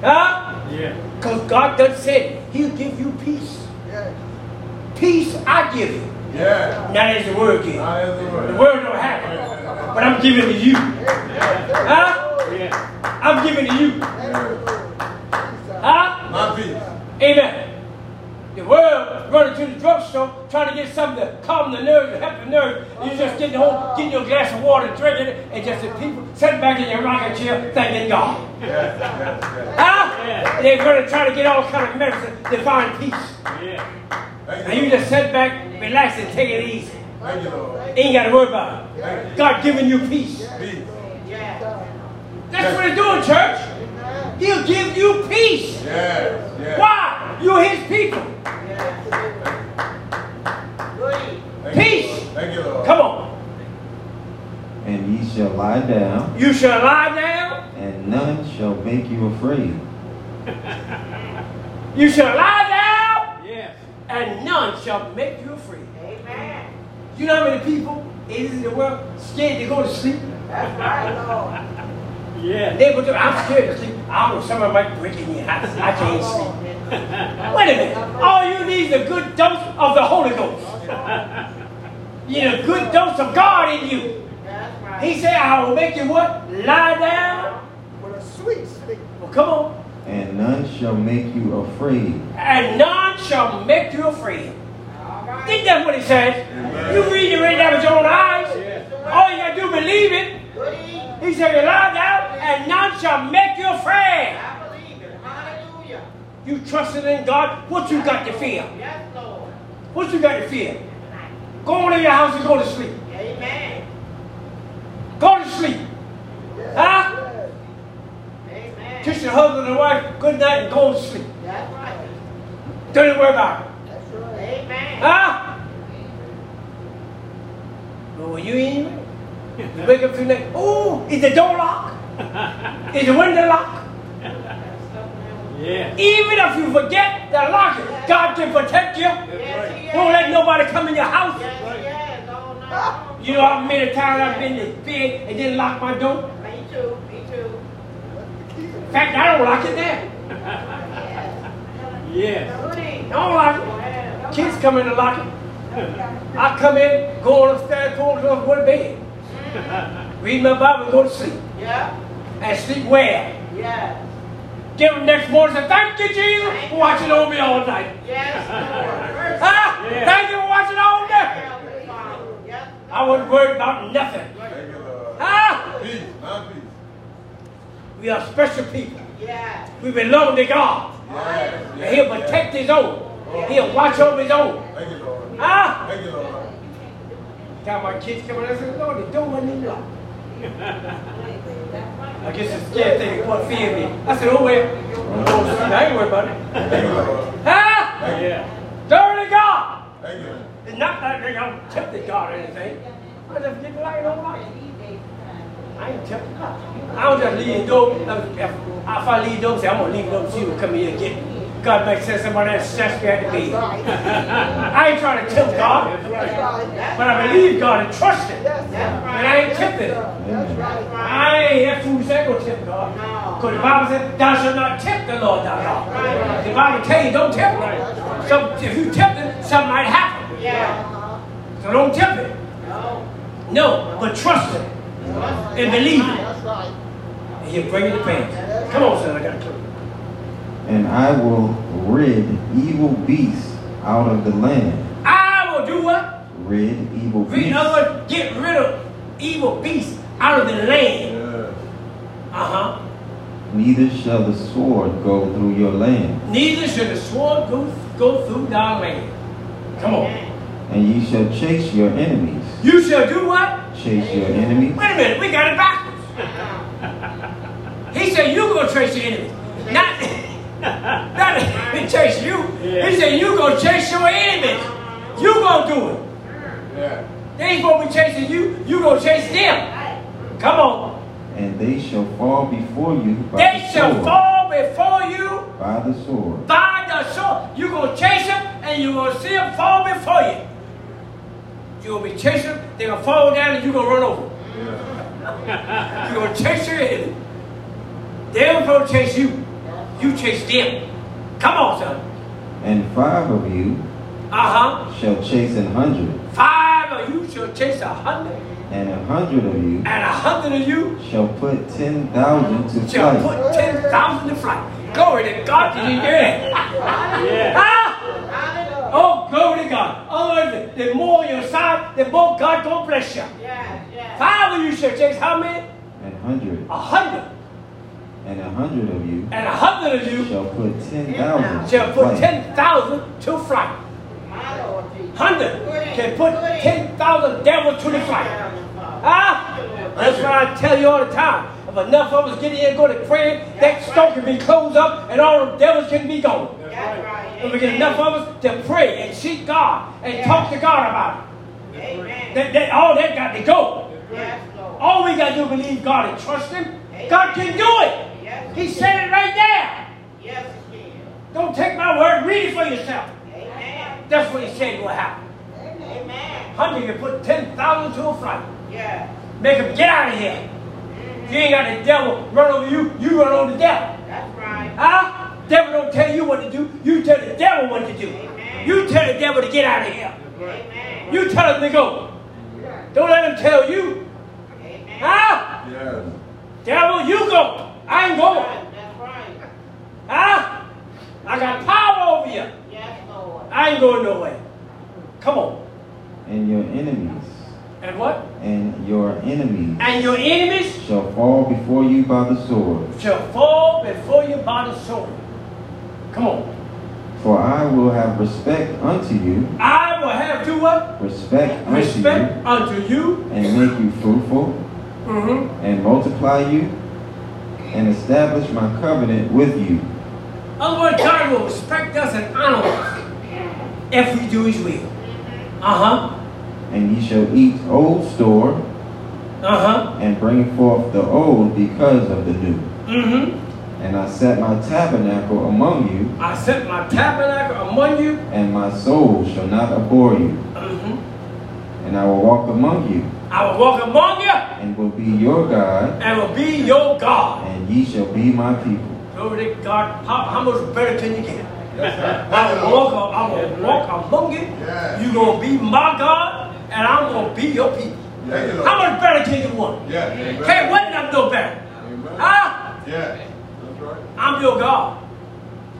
Speaker 1: Huh?
Speaker 4: Yes.
Speaker 1: Because God done said He'll give you peace.
Speaker 6: Yes.
Speaker 1: Peace I give you.
Speaker 2: Yes.
Speaker 1: Now that's the word give.
Speaker 2: I am the
Speaker 1: The
Speaker 2: word.
Speaker 1: word don't happen. But I'm giving to you. Huh?
Speaker 4: Yes.
Speaker 1: I'm giving to you. Huh?
Speaker 2: My peace.
Speaker 1: Amen. The world running to the drugstore trying to get something to calm the nerves and help the nerves. You just getting home, getting your glass of water, drinking it, and just the people sitting back in your rocking chair thanking God.
Speaker 2: Yes. Yes. Yes.
Speaker 1: Huh? They're going to try to get all kind of medicine to find peace.
Speaker 4: Yes.
Speaker 1: And
Speaker 2: Thank
Speaker 1: you
Speaker 2: you. Lord.
Speaker 1: just sit back, relax, and take it easy.
Speaker 2: Thank you, Lord.
Speaker 1: Ain't got to worry about it.
Speaker 2: Thank you.
Speaker 1: God giving you peace.
Speaker 2: Peace.
Speaker 3: Yeah.
Speaker 1: That's what he's doing, church. He'll give you peace.
Speaker 2: Yes. Yes.
Speaker 1: Why? You're his people.
Speaker 3: Good.
Speaker 2: Thank
Speaker 1: Peace.
Speaker 2: You, Lord. Thank you, Lord.
Speaker 1: Come on.
Speaker 5: And ye shall lie down,
Speaker 1: You shall lie down.
Speaker 5: and none shall make you afraid.
Speaker 1: You shall lie down,
Speaker 4: Yes.
Speaker 1: and none shall make you afraid.
Speaker 3: Amen.
Speaker 1: You know how many people it is in the world scared to go to sleep?
Speaker 3: That's right, Lord.
Speaker 1: And
Speaker 4: Yes.
Speaker 1: they go to, I'm scared to sleep. I don't know, someone might break in here. I, I can't sleep. Wait a minute. Oh. All you need is a good dose of the Holy Ghost. You need a good dose of God in you.
Speaker 3: That's right.
Speaker 1: He said, I will make you what? Lie down.
Speaker 6: What a sweet sleep.
Speaker 1: Well, come on.
Speaker 5: And none shall make you afraid.
Speaker 1: And none shall make you afraid.
Speaker 3: All right.
Speaker 1: Think that's what it says. You read it right now with your own eyes.
Speaker 4: Yes.
Speaker 1: All you gotta do believe it.
Speaker 3: Goody.
Speaker 1: He shall be lied out, and none shall make you afraid.
Speaker 3: I believe it. Hallelujah.
Speaker 1: You trusted in God. What you got to fear?
Speaker 3: Yes, Lord.
Speaker 1: What you got to fear? Go on in your house and go to sleep.
Speaker 3: Amen.
Speaker 1: Go to sleep. Huh?
Speaker 6: Yes.
Speaker 3: Amen.
Speaker 1: Kiss your husband and wife good night and go to sleep.
Speaker 3: That's right.
Speaker 1: Don't even worry about it.
Speaker 6: That's right.
Speaker 3: Amen.
Speaker 1: Huh? Well, you ain't even. You wake up through the night. Oh, is the door locked? Is the window locked?
Speaker 4: Yes.
Speaker 1: Even if you forget the lock, God can protect you.
Speaker 4: That's right.
Speaker 1: Won't let nobody come in your house.
Speaker 3: Yes, yes, all night long.
Speaker 1: You know how many times I've been in bed and didn't lock my door?
Speaker 3: Me too, me too.
Speaker 1: In fact, I don't lock it there.
Speaker 4: Yes.
Speaker 3: Honey.
Speaker 1: Don't lock
Speaker 3: Well,
Speaker 1: it. Kids come in and lock it. I come in, go upstairs, go to go to bed. Read my Bible, go to sleep.
Speaker 3: Yeah,
Speaker 1: And sleep well.
Speaker 3: yes,
Speaker 1: Give them next morning, say, thank you, Jesus, for watching over me all night.
Speaker 3: yes, Lord.
Speaker 1: Ah,
Speaker 4: Yeah.
Speaker 1: thank you for watching all night.
Speaker 3: Yep.
Speaker 1: I wasn't worried about nothing.
Speaker 2: Thank you, Lord.
Speaker 1: Ah,
Speaker 2: Peace, not peace.
Speaker 1: we are special people.
Speaker 3: Yeah.
Speaker 1: We belong to God.
Speaker 2: Yes,
Speaker 1: And
Speaker 2: yes,
Speaker 1: he'll
Speaker 2: yes.
Speaker 1: protect his own. He'll watch over his own.
Speaker 2: Thank you, Lord.
Speaker 1: Ah,
Speaker 2: Thank you, Lord.
Speaker 1: Time my kids come in, I said, Lord, the door wasn't even locked. I guess it's scared they won't fear me. I said, oh well. I ain't worried about it.
Speaker 2: Thank you, Lord.
Speaker 1: Huh?
Speaker 4: Yeah.
Speaker 1: Glory to God!
Speaker 2: Thank you.
Speaker 1: It's not that they don't tempt the God or anything. I just get the light on light. I ain't tempted God. I don't just leave the door. If if I leave the door, say, I'm going to leave the door, she will come here and get me. God might send somebody else snatch me out of the bed. I ain't trying to tempt
Speaker 4: That's
Speaker 1: God,
Speaker 4: right.
Speaker 1: but I believe God and trust Him. And I ain't tempted.
Speaker 6: That's right.
Speaker 1: I ain't that foolish ain't gonna tempt God.
Speaker 3: No.
Speaker 1: Because the Bible said, Thou shalt not tempt the Lord thy God. The Bible tell you don't tempt him. So if you tempt him, something might happen.
Speaker 3: Yeah.
Speaker 1: So don't tempt him.
Speaker 3: No.
Speaker 1: No, but trust him and believe him.
Speaker 6: That's right.
Speaker 1: And he'll bring you to pass. Come on, son, I gotta kill you.
Speaker 5: And I will rid evil beasts out of the land.
Speaker 1: I will do what?
Speaker 5: Rid evil
Speaker 1: We
Speaker 5: beasts.
Speaker 1: know get rid of evil beasts out of the land.
Speaker 2: Yes.
Speaker 1: Uh-huh.
Speaker 5: Neither shall the sword go through your land,
Speaker 1: Neither should the sword go, go through thy land. Come on.
Speaker 5: and ye shall chase your enemies.
Speaker 1: You shall do what?
Speaker 5: Chase your enemies.
Speaker 1: Wait a minute, we got it backwards. He said, you gonna chase your enemy. Not, not enemy chase you. He said, you gonna chase your enemies. You gonna do it.
Speaker 2: Yeah.
Speaker 1: They ain't gonna be chasing you. You gonna chase them. Come on.
Speaker 5: And they shall fall before you by
Speaker 1: They
Speaker 5: the
Speaker 1: shall
Speaker 5: sword.
Speaker 1: fall before you
Speaker 5: By the sword.
Speaker 1: by the sword. You gonna chase them and you gonna see them fall before you. You gonna be chasing them. They gonna fall down and you gonna run over. You gonna chase your enemy. They don't gonna chase you. You chase them. Come on, son.
Speaker 5: And five of you
Speaker 1: Uh huh.
Speaker 5: shall chase an hundred,
Speaker 1: Five of you shall chase a hundred,
Speaker 5: and a hundred of you
Speaker 1: and a hundred of you
Speaker 5: shall put ten thousand to
Speaker 1: shall
Speaker 5: flight.
Speaker 1: put ten thousand to flight. Glory to God, did you hear that?
Speaker 4: Yeah.
Speaker 1: Huh? Oh, glory to God. Otherwise, the more on your side, the more God gonna bless you. Five of you shall chase how many?
Speaker 5: An hundred,
Speaker 1: A hundred.
Speaker 5: and a hundred of you
Speaker 1: And a hundred of you
Speaker 5: shall put ten thousand
Speaker 1: shall
Speaker 5: to
Speaker 1: put
Speaker 5: flight.
Speaker 1: ten thousand to flight. Hundred can put ten thousand devils to the flight. Huh? That's what I tell you all the time. If enough of us get in and go to prayer, that store can be closed up and all the devils can be gone.
Speaker 4: That's right.
Speaker 1: If we get enough of us to pray and seek God and talk to God about it,
Speaker 3: Amen.
Speaker 1: that, that all that got to go.
Speaker 3: Yes, Lord.
Speaker 1: All we got to do is believe God and trust Him. God can do it. He said it right there.
Speaker 3: Yes, he can.
Speaker 1: Don't take my word. Read it for yourself.
Speaker 3: Amen.
Speaker 1: That's what He said will happen.
Speaker 3: Amen.
Speaker 1: Hundred can put ten thousand to a flight.
Speaker 3: Yes.
Speaker 1: Make him get out of here. You ain't got the devil run over you, you run over the devil.
Speaker 3: That's right.
Speaker 1: Huh? Devil don't tell you what to do, you tell the devil what to do.
Speaker 3: Amen.
Speaker 1: You tell the devil to get out of here.
Speaker 3: Amen.
Speaker 1: You tell him to go. Don't let him tell you.
Speaker 3: Amen.
Speaker 1: Huh?
Speaker 2: Yes.
Speaker 1: Devil, you go. I ain't going.
Speaker 3: That's right.
Speaker 1: Huh? I got power over you.
Speaker 3: Yes, Lord.
Speaker 1: I ain't going nowhere. Come on.
Speaker 5: And your enemies,
Speaker 1: And what?
Speaker 5: and your enemies
Speaker 1: And your enemies
Speaker 5: shall fall before you by the sword.
Speaker 1: shall fall before you by the sword. Come on.
Speaker 5: For I will have respect unto you,
Speaker 1: I will have to what?
Speaker 5: respect unto
Speaker 1: Respect unto you.
Speaker 5: you, and make you fruitful,
Speaker 1: Mm-hmm.
Speaker 5: and multiply you, and establish my covenant with you.
Speaker 1: Otherwise, God will respect us and honor us if we do His will. Uh huh.
Speaker 5: And ye shall eat old store
Speaker 1: Uh huh.
Speaker 5: and bring forth the old because of the new.
Speaker 1: Mm hmm.
Speaker 5: And I set my tabernacle among you,
Speaker 1: I set my tabernacle among you.
Speaker 5: and my soul shall not abhor you.
Speaker 1: Mm
Speaker 5: And I will walk among you,
Speaker 1: hmm. I will walk among you
Speaker 5: and will be your God,
Speaker 1: and will be your God.
Speaker 5: and ye shall be my people.
Speaker 1: Glory to God. How, how much better can you get?
Speaker 2: Yes,
Speaker 1: I
Speaker 2: sir.
Speaker 1: will walk, I will walk among you.
Speaker 2: Yes.
Speaker 1: You're going to be my God and I'm going to be your people.
Speaker 2: Thank you, Lord.
Speaker 1: How much better can you want?
Speaker 2: Yes. amen.
Speaker 1: Can't wait to no better.
Speaker 2: Amen.
Speaker 1: Huh?
Speaker 2: Yes. That's right.
Speaker 1: I'm your God.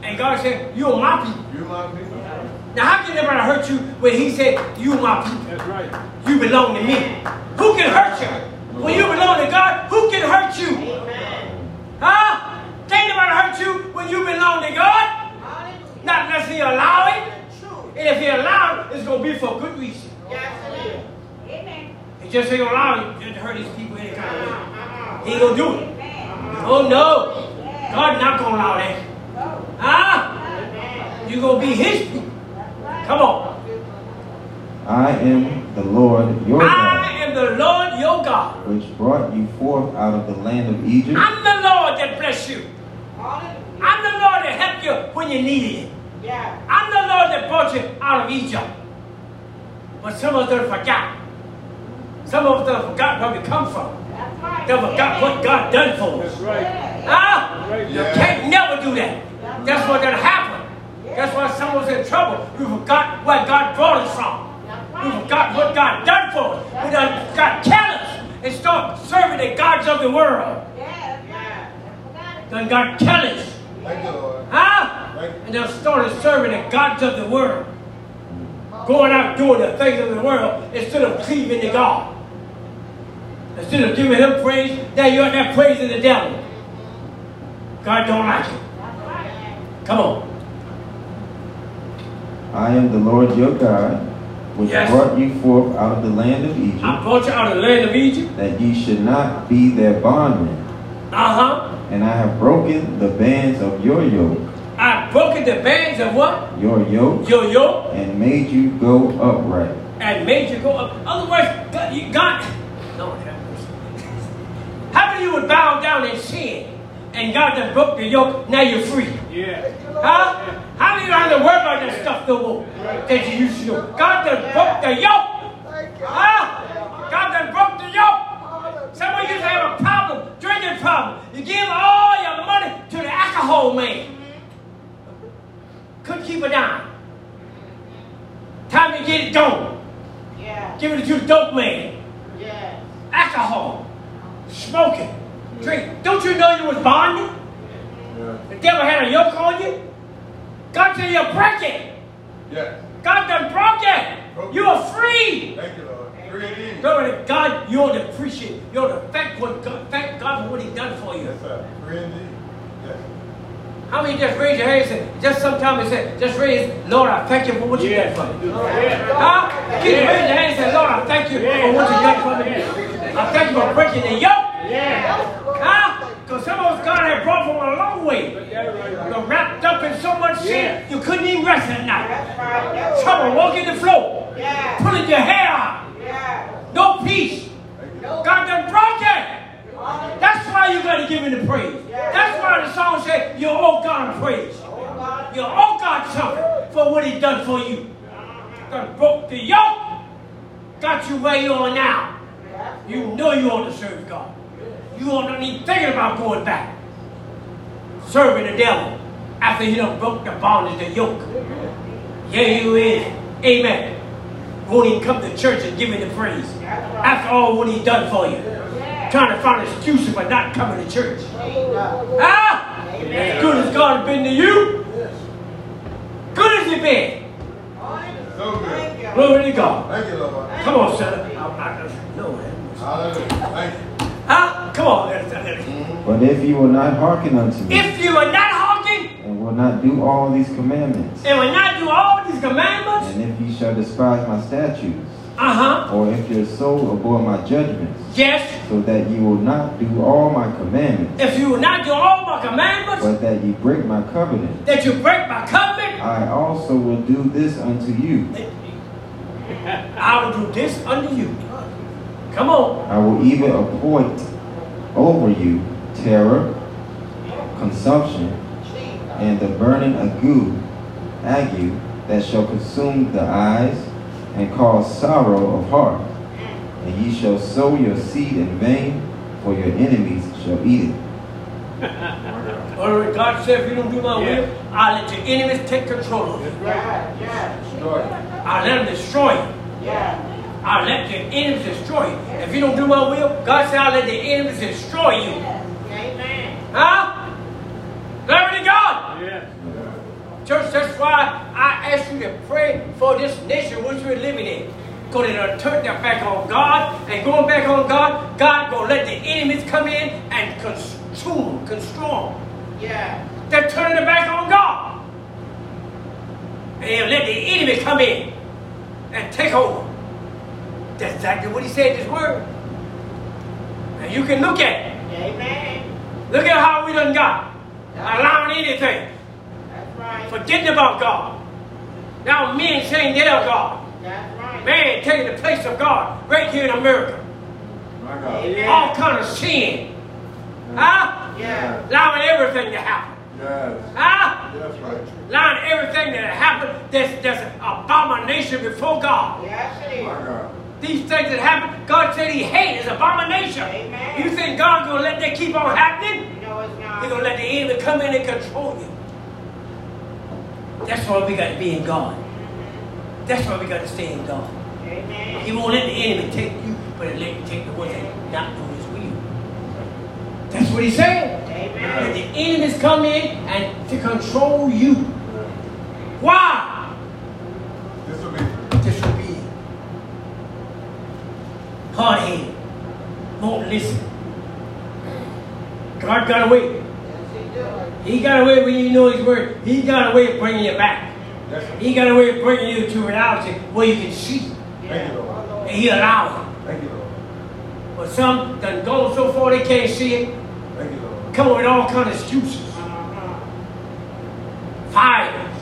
Speaker 1: And God said, You're my people.
Speaker 2: You my people.
Speaker 1: Now, how can anybody hurt you when He said, You my people?
Speaker 4: That's right.
Speaker 1: You belong to me. Who can hurt you? When you belong to God, who can hurt you?
Speaker 3: Amen.
Speaker 1: Huh? Can't nobody hurt you when you belong to God?
Speaker 3: Hallelujah.
Speaker 1: Not unless He allow it.
Speaker 3: The truth.
Speaker 1: And if He allow it, it's going to be for good reason.
Speaker 3: Yes, it is. Amen.
Speaker 1: He just ain't going to allow you to hurt these people any kind of way.
Speaker 3: Uh-uh.
Speaker 1: He ain't going to do it.
Speaker 3: Uh-uh.
Speaker 1: Oh, no. God not going to allow that. Huh?
Speaker 3: Amen.
Speaker 1: you going to be His people. Come on.
Speaker 5: I am the Lord your
Speaker 1: I
Speaker 5: God,
Speaker 1: am the Lord your God.
Speaker 5: which brought you forth out of the land of Egypt.
Speaker 1: I'm the Lord that bless you.
Speaker 3: Hallelujah.
Speaker 1: I'm the Lord that helped you when you needed it.
Speaker 3: Yeah.
Speaker 1: I'm the Lord that brought you out of Egypt. But some of them forgot. Some of them forgot where we come from.
Speaker 3: That's right.
Speaker 1: They forgot what God done for us.
Speaker 4: That's right.
Speaker 1: Huh?
Speaker 4: Right.
Speaker 1: You can't never do that. That's what that happened. That's why someone's in trouble. We forgot where God brought us from. We forgot what God done for us. We done got callous and start serving the gods of the world. Done got callous,
Speaker 2: Thank you, Lord.
Speaker 1: huh?
Speaker 2: Thank you.
Speaker 1: And done started serving the gods of the world. Going out doing the things of the world instead of cleaving to God. Instead of giving him praise, now you're out there praising the devil. God don't like it. Come on.
Speaker 5: I am the Lord your God, which
Speaker 1: Yes.
Speaker 5: brought you forth out of the land of
Speaker 1: I
Speaker 5: Egypt,
Speaker 1: brought you out of the land of Egypt.
Speaker 5: that ye should not be their bondmen.
Speaker 1: Uh-huh.
Speaker 5: And I have broken the bands of your yoke,
Speaker 1: I've broken the bands of what?
Speaker 5: your yoke,
Speaker 1: Yo yo.
Speaker 5: and made you go upright.
Speaker 1: and made you go up. Otherwise, God, you, God Lord have mercy. How many of you would bow down and sin, and God done broke the yoke, now you're free?
Speaker 4: Yeah.
Speaker 1: Huh? How many of you don't have to worry about that stuff no more that you used to do? God done broke the yoke.
Speaker 6: Thank you.
Speaker 1: Huh? God done broke the yoke. Some of you have a problem, drinking problem. You give all your money to the alcohol man. Couldn't keep it down. Time to get it going.
Speaker 3: Yeah.
Speaker 1: Give it to the dope man.
Speaker 3: Yeah.
Speaker 1: alcohol, smoking, drink. Don't you know you was bonded?
Speaker 2: Yeah.
Speaker 1: The devil had a yoke on you. God said you're breaking.
Speaker 2: Yes.
Speaker 1: God done broke it. You are free.
Speaker 2: Thank you, Lord. Three E. it in.
Speaker 1: Glory to God. You ought to appreciate. it. You ought to thank what God, thank God for what He done for you.
Speaker 2: Yes, sir. Three and in. Yes.
Speaker 1: How many just raise your hand and say, just sometimes and say, just raise, Lord, I thank you for what you done
Speaker 4: Yes.
Speaker 1: for me.
Speaker 4: Yeah.
Speaker 1: Huh? Keep raising your hand and say, Lord, I thank you for what you done for me. I thank you for breaking the yoke.
Speaker 4: Yeah.
Speaker 1: Huh? Because some of us God had brought from a long way.
Speaker 4: Yeah, right.
Speaker 1: You're wrapped up in so much
Speaker 4: Yeah.
Speaker 1: shit, you couldn't even rest at night.
Speaker 3: That's right. That's
Speaker 1: Trouble
Speaker 3: right.
Speaker 1: walking the floor,
Speaker 3: Yeah.
Speaker 1: pulling your hair out,
Speaker 3: Yeah.
Speaker 1: no peace. God done broke it.
Speaker 3: Hallelujah.
Speaker 1: That's why you gotta give him the praise. That's why the song said, you owe God praise.
Speaker 3: Oh, God.
Speaker 1: You owe God something for what he done for you. God broke the yoke, got you where you are now. You know you ought to serve God. You ought not even thinking about going back. Serving the devil after he done broke the bondage, the yoke. Yeah, you is. Amen. Won't even come to church and give me the praise.
Speaker 3: That's right.
Speaker 1: After all what he done for you. Trying to find excuses for not coming to church. Ah!
Speaker 3: Amen.
Speaker 1: Good as God has been to you. Good as he been.
Speaker 2: So good.
Speaker 1: Glory to God.
Speaker 2: Thank you, Lord.
Speaker 1: Come on, son. I, I, I, no, man.
Speaker 2: Hallelujah. Thank you.
Speaker 1: Huh? Come on. let's- let's-
Speaker 5: But if you will not hearken unto me,
Speaker 1: If you are not hawking
Speaker 5: and will not do all these commandments,
Speaker 1: and will not do all these commandments,
Speaker 5: and if ye shall despise my statutes,
Speaker 1: uh huh.
Speaker 5: or if your soul abhor my judgments,
Speaker 1: Yes.
Speaker 5: so that ye will not do all my commandments,
Speaker 1: If you will not do all my commandments,
Speaker 5: but that ye break my covenant,
Speaker 1: that you break my covenant,
Speaker 5: I also will do this unto you,
Speaker 1: I will do this unto you. Come on.
Speaker 5: I will even appoint over you terror, consumption,
Speaker 3: Jesus.
Speaker 5: and the burning ague, ague that shall consume the eyes and cause sorrow of heart. And ye shall sow your seed in vain, for your enemies shall eat it.
Speaker 1: Or God said, if you don't do my
Speaker 4: Yeah.
Speaker 1: will, I'll let your enemies take control of you.
Speaker 4: That's right.
Speaker 3: Yeah, yeah,
Speaker 2: Lord,
Speaker 1: I'll let them destroy you.
Speaker 3: yeah.
Speaker 1: I'll let your enemies destroy you. If you don't do my will, God said, I'll let the enemies destroy you.
Speaker 3: Amen.
Speaker 1: Huh? Glory to God.
Speaker 4: Yes.
Speaker 1: Church, that's why I ask you to pray for this nation which we're living in. Going to turn their back on God and going back on God, God gonna let the enemies come in and consume, consume.
Speaker 3: Yeah.
Speaker 1: They're turning their back on God. And they let the enemy come in and take over. That's exactly what he said in his word. And you can look at it.
Speaker 3: Amen.
Speaker 1: Look at how we done got. Allowing anything.
Speaker 3: That's right.
Speaker 1: Forgetting about God. Now men saying they're God.
Speaker 3: That's right.
Speaker 1: Man taking the place of God right here in America.
Speaker 2: my God.
Speaker 3: Yeah.
Speaker 1: All kind of sin. Huh?
Speaker 3: Yeah.
Speaker 1: Allowing everything to happen.
Speaker 2: Yes,
Speaker 1: Huh?
Speaker 2: that's right.
Speaker 1: Lying everything that happened that's, that's an abomination before God.
Speaker 3: Yes, it
Speaker 2: My
Speaker 3: is.
Speaker 2: God.
Speaker 1: These things that happen, God said He hates is abomination.
Speaker 3: Amen.
Speaker 1: You think God's gonna let that keep on happening?
Speaker 3: No, it's
Speaker 1: He's
Speaker 3: not.
Speaker 1: gonna let the enemy come in and control you. That's why we gotta be in God. That's why we gotta stay in God. He
Speaker 3: Amen.
Speaker 1: won't let the enemy take you, but he'll let you take the one that not do His will. That's what He said. Let
Speaker 3: Amen.
Speaker 1: the enemies come in and to control you. Why?
Speaker 2: This will be.
Speaker 1: disobedient, hard headed, won't listen. God got away.
Speaker 3: Yes, he do.
Speaker 1: He got away when you know His word. He got away of bringing you back.
Speaker 2: Yes.
Speaker 1: He got away of bringing you to reality where you can see.
Speaker 2: Thank you, Lord.
Speaker 1: And He allowed
Speaker 2: Thank you, Lord.
Speaker 1: it. But some done gone so far they can't see it.
Speaker 2: Thank you, Lord.
Speaker 1: Come up with all kind of excuses.
Speaker 3: Uh-huh.
Speaker 1: Fires,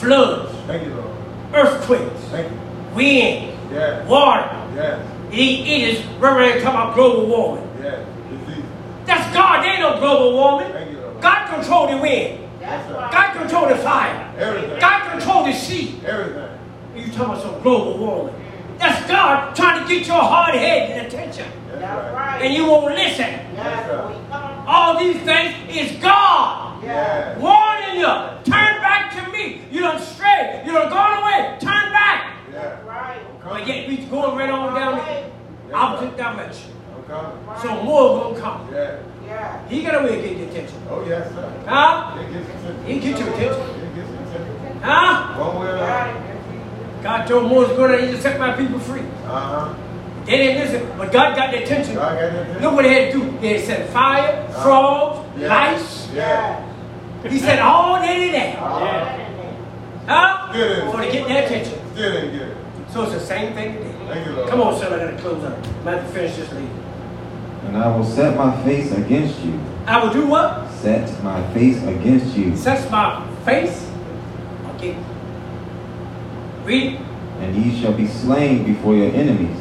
Speaker 1: floods,
Speaker 2: Thank you, Lord.
Speaker 1: earthquakes,
Speaker 2: Thank you.
Speaker 1: wind,
Speaker 2: Yes,
Speaker 1: water.
Speaker 2: yes,
Speaker 1: He, it is reverend talking about global warming.
Speaker 2: yes. Disease.
Speaker 1: That's God. There ain't no global warming.
Speaker 2: Thank you, Lord.
Speaker 1: God control the wind.
Speaker 3: That's right.
Speaker 1: God control the fire.
Speaker 2: Everything.
Speaker 1: God control the sea.
Speaker 2: Everything.
Speaker 1: You talking about some global warming? That's God trying to get your hard head and attention,
Speaker 2: That's right.
Speaker 3: That's right.
Speaker 1: and you won't listen.
Speaker 3: Yes, we come.
Speaker 1: All these things is God
Speaker 3: Yeah.
Speaker 2: Yes,
Speaker 1: warning you. Turn back to me. You don't stray. You don't gone away. Turn back.
Speaker 2: yes.
Speaker 3: Right.
Speaker 1: But yet we going right on down the opposite direction.
Speaker 2: I'm coming.
Speaker 1: So more gonna come.
Speaker 2: Yeah.
Speaker 3: Yeah.
Speaker 1: He got a way to get your attention.
Speaker 2: Oh, yes, sir.
Speaker 1: Huh?
Speaker 2: It gets attention.
Speaker 1: He get your attention.
Speaker 2: It gets attention.
Speaker 1: Huh?
Speaker 2: One way or another.
Speaker 1: God told Moses, go down and just set my people free.
Speaker 2: Uh-huh.
Speaker 1: They didn't listen, but God got their attention.
Speaker 2: God got your attention.
Speaker 1: Look what he had to do. He said fire, frogs,
Speaker 2: Yeah.
Speaker 1: lice.
Speaker 2: Yeah.
Speaker 3: Yeah.
Speaker 1: He said all that in there.
Speaker 2: Uh-huh.
Speaker 1: Huh?
Speaker 2: Yeah.
Speaker 1: For to get their attention.
Speaker 2: Still didn't get it.
Speaker 1: So it's the same thing today.
Speaker 2: Thank you, Lord.
Speaker 1: Come on, somebody, I gotta close up. I'm about to finish this lead.
Speaker 5: And I will set my face against you,
Speaker 1: I will do what?
Speaker 5: set my face against you,
Speaker 1: Set my face. Okay. Read. it.
Speaker 5: and ye shall be slain before your enemies.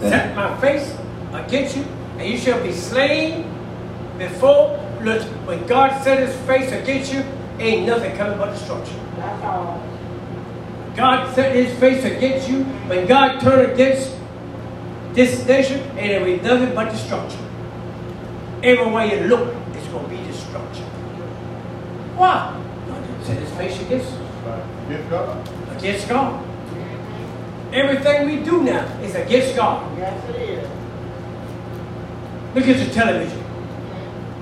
Speaker 1: Set
Speaker 5: That,
Speaker 1: my face against you, and you shall be slain before. Look, when God set his face against you, ain't nothing coming but destruction.
Speaker 3: That's all.
Speaker 1: God set his face against you, but God turned against this nation, and it was nothing but destruction. Everywhere you look, it's going to be destruction. Why? God didn't set his face against,
Speaker 2: Get God.
Speaker 1: against God. Everything we do now is against God.
Speaker 3: Yes, it is.
Speaker 1: Look at the television.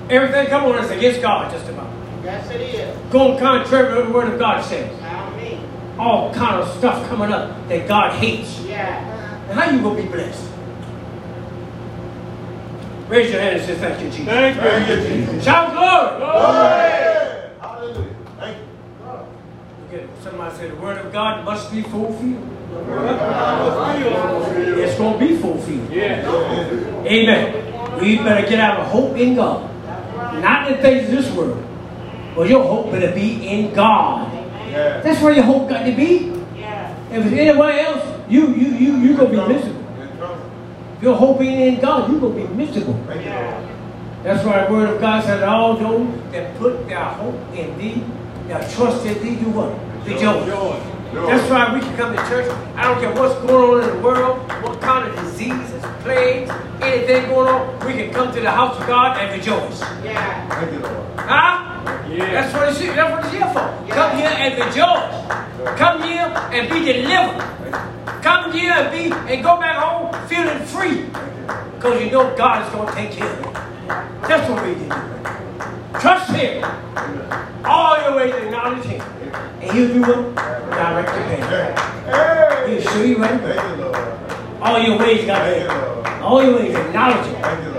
Speaker 1: Everything come on is against God, just about.
Speaker 3: Yes, it is.
Speaker 1: Going contrary to the word of God says.
Speaker 3: Now me.
Speaker 1: All kind of stuff coming up that God hates.
Speaker 3: Yeah.
Speaker 1: And how you gonna be blessed? Raise your hand and say thank you, Jesus.
Speaker 4: Thank you.
Speaker 2: Thank you, Jesus.
Speaker 1: Shout glory!
Speaker 2: Glory. Hallelujah. Thank you.
Speaker 1: Okay, somebody said the word of God must be fulfilled.
Speaker 4: Yes.
Speaker 1: It's gonna be fulfilled.
Speaker 4: Yes.
Speaker 1: Amen. We better get out of hope in God,
Speaker 3: That's right.
Speaker 1: not in things of this world. But your hope better be in God.
Speaker 3: Amen.
Speaker 2: Yeah.
Speaker 1: That's where your hope got to be.
Speaker 3: Yeah.
Speaker 1: If it's anywhere else, You you you you gonna be miserable.
Speaker 2: In trouble.
Speaker 1: If you're hoping in God, you gonna be miserable.
Speaker 2: Thank you, Lord.
Speaker 1: That's why the word of God said all those that put their hope in thee, their trust in thee, do what? Rejoice.
Speaker 2: Lord.
Speaker 1: That's why we can come to church. I don't care what's going on in the world, what kind of diseases, plagues, anything going on, we can come to the house of God and rejoice.
Speaker 3: Yeah.
Speaker 2: Thank you, Lord.
Speaker 1: Huh?
Speaker 4: Yeah.
Speaker 1: That's what it's that's what it's here for. Come here and rejoice. Come here and be delivered. Come here and be and go back home feeling free. Because you know God is gonna take care of you. That's what we do. Trust him. All your ways acknowledge him. And he'll do what? Direct your path.
Speaker 2: Hey.
Speaker 1: He'll show you right.
Speaker 2: Thank you, Lord.
Speaker 1: All your ways, God.
Speaker 2: Thank you, Lord.
Speaker 1: All your ways acknowledge him.
Speaker 2: Thank you,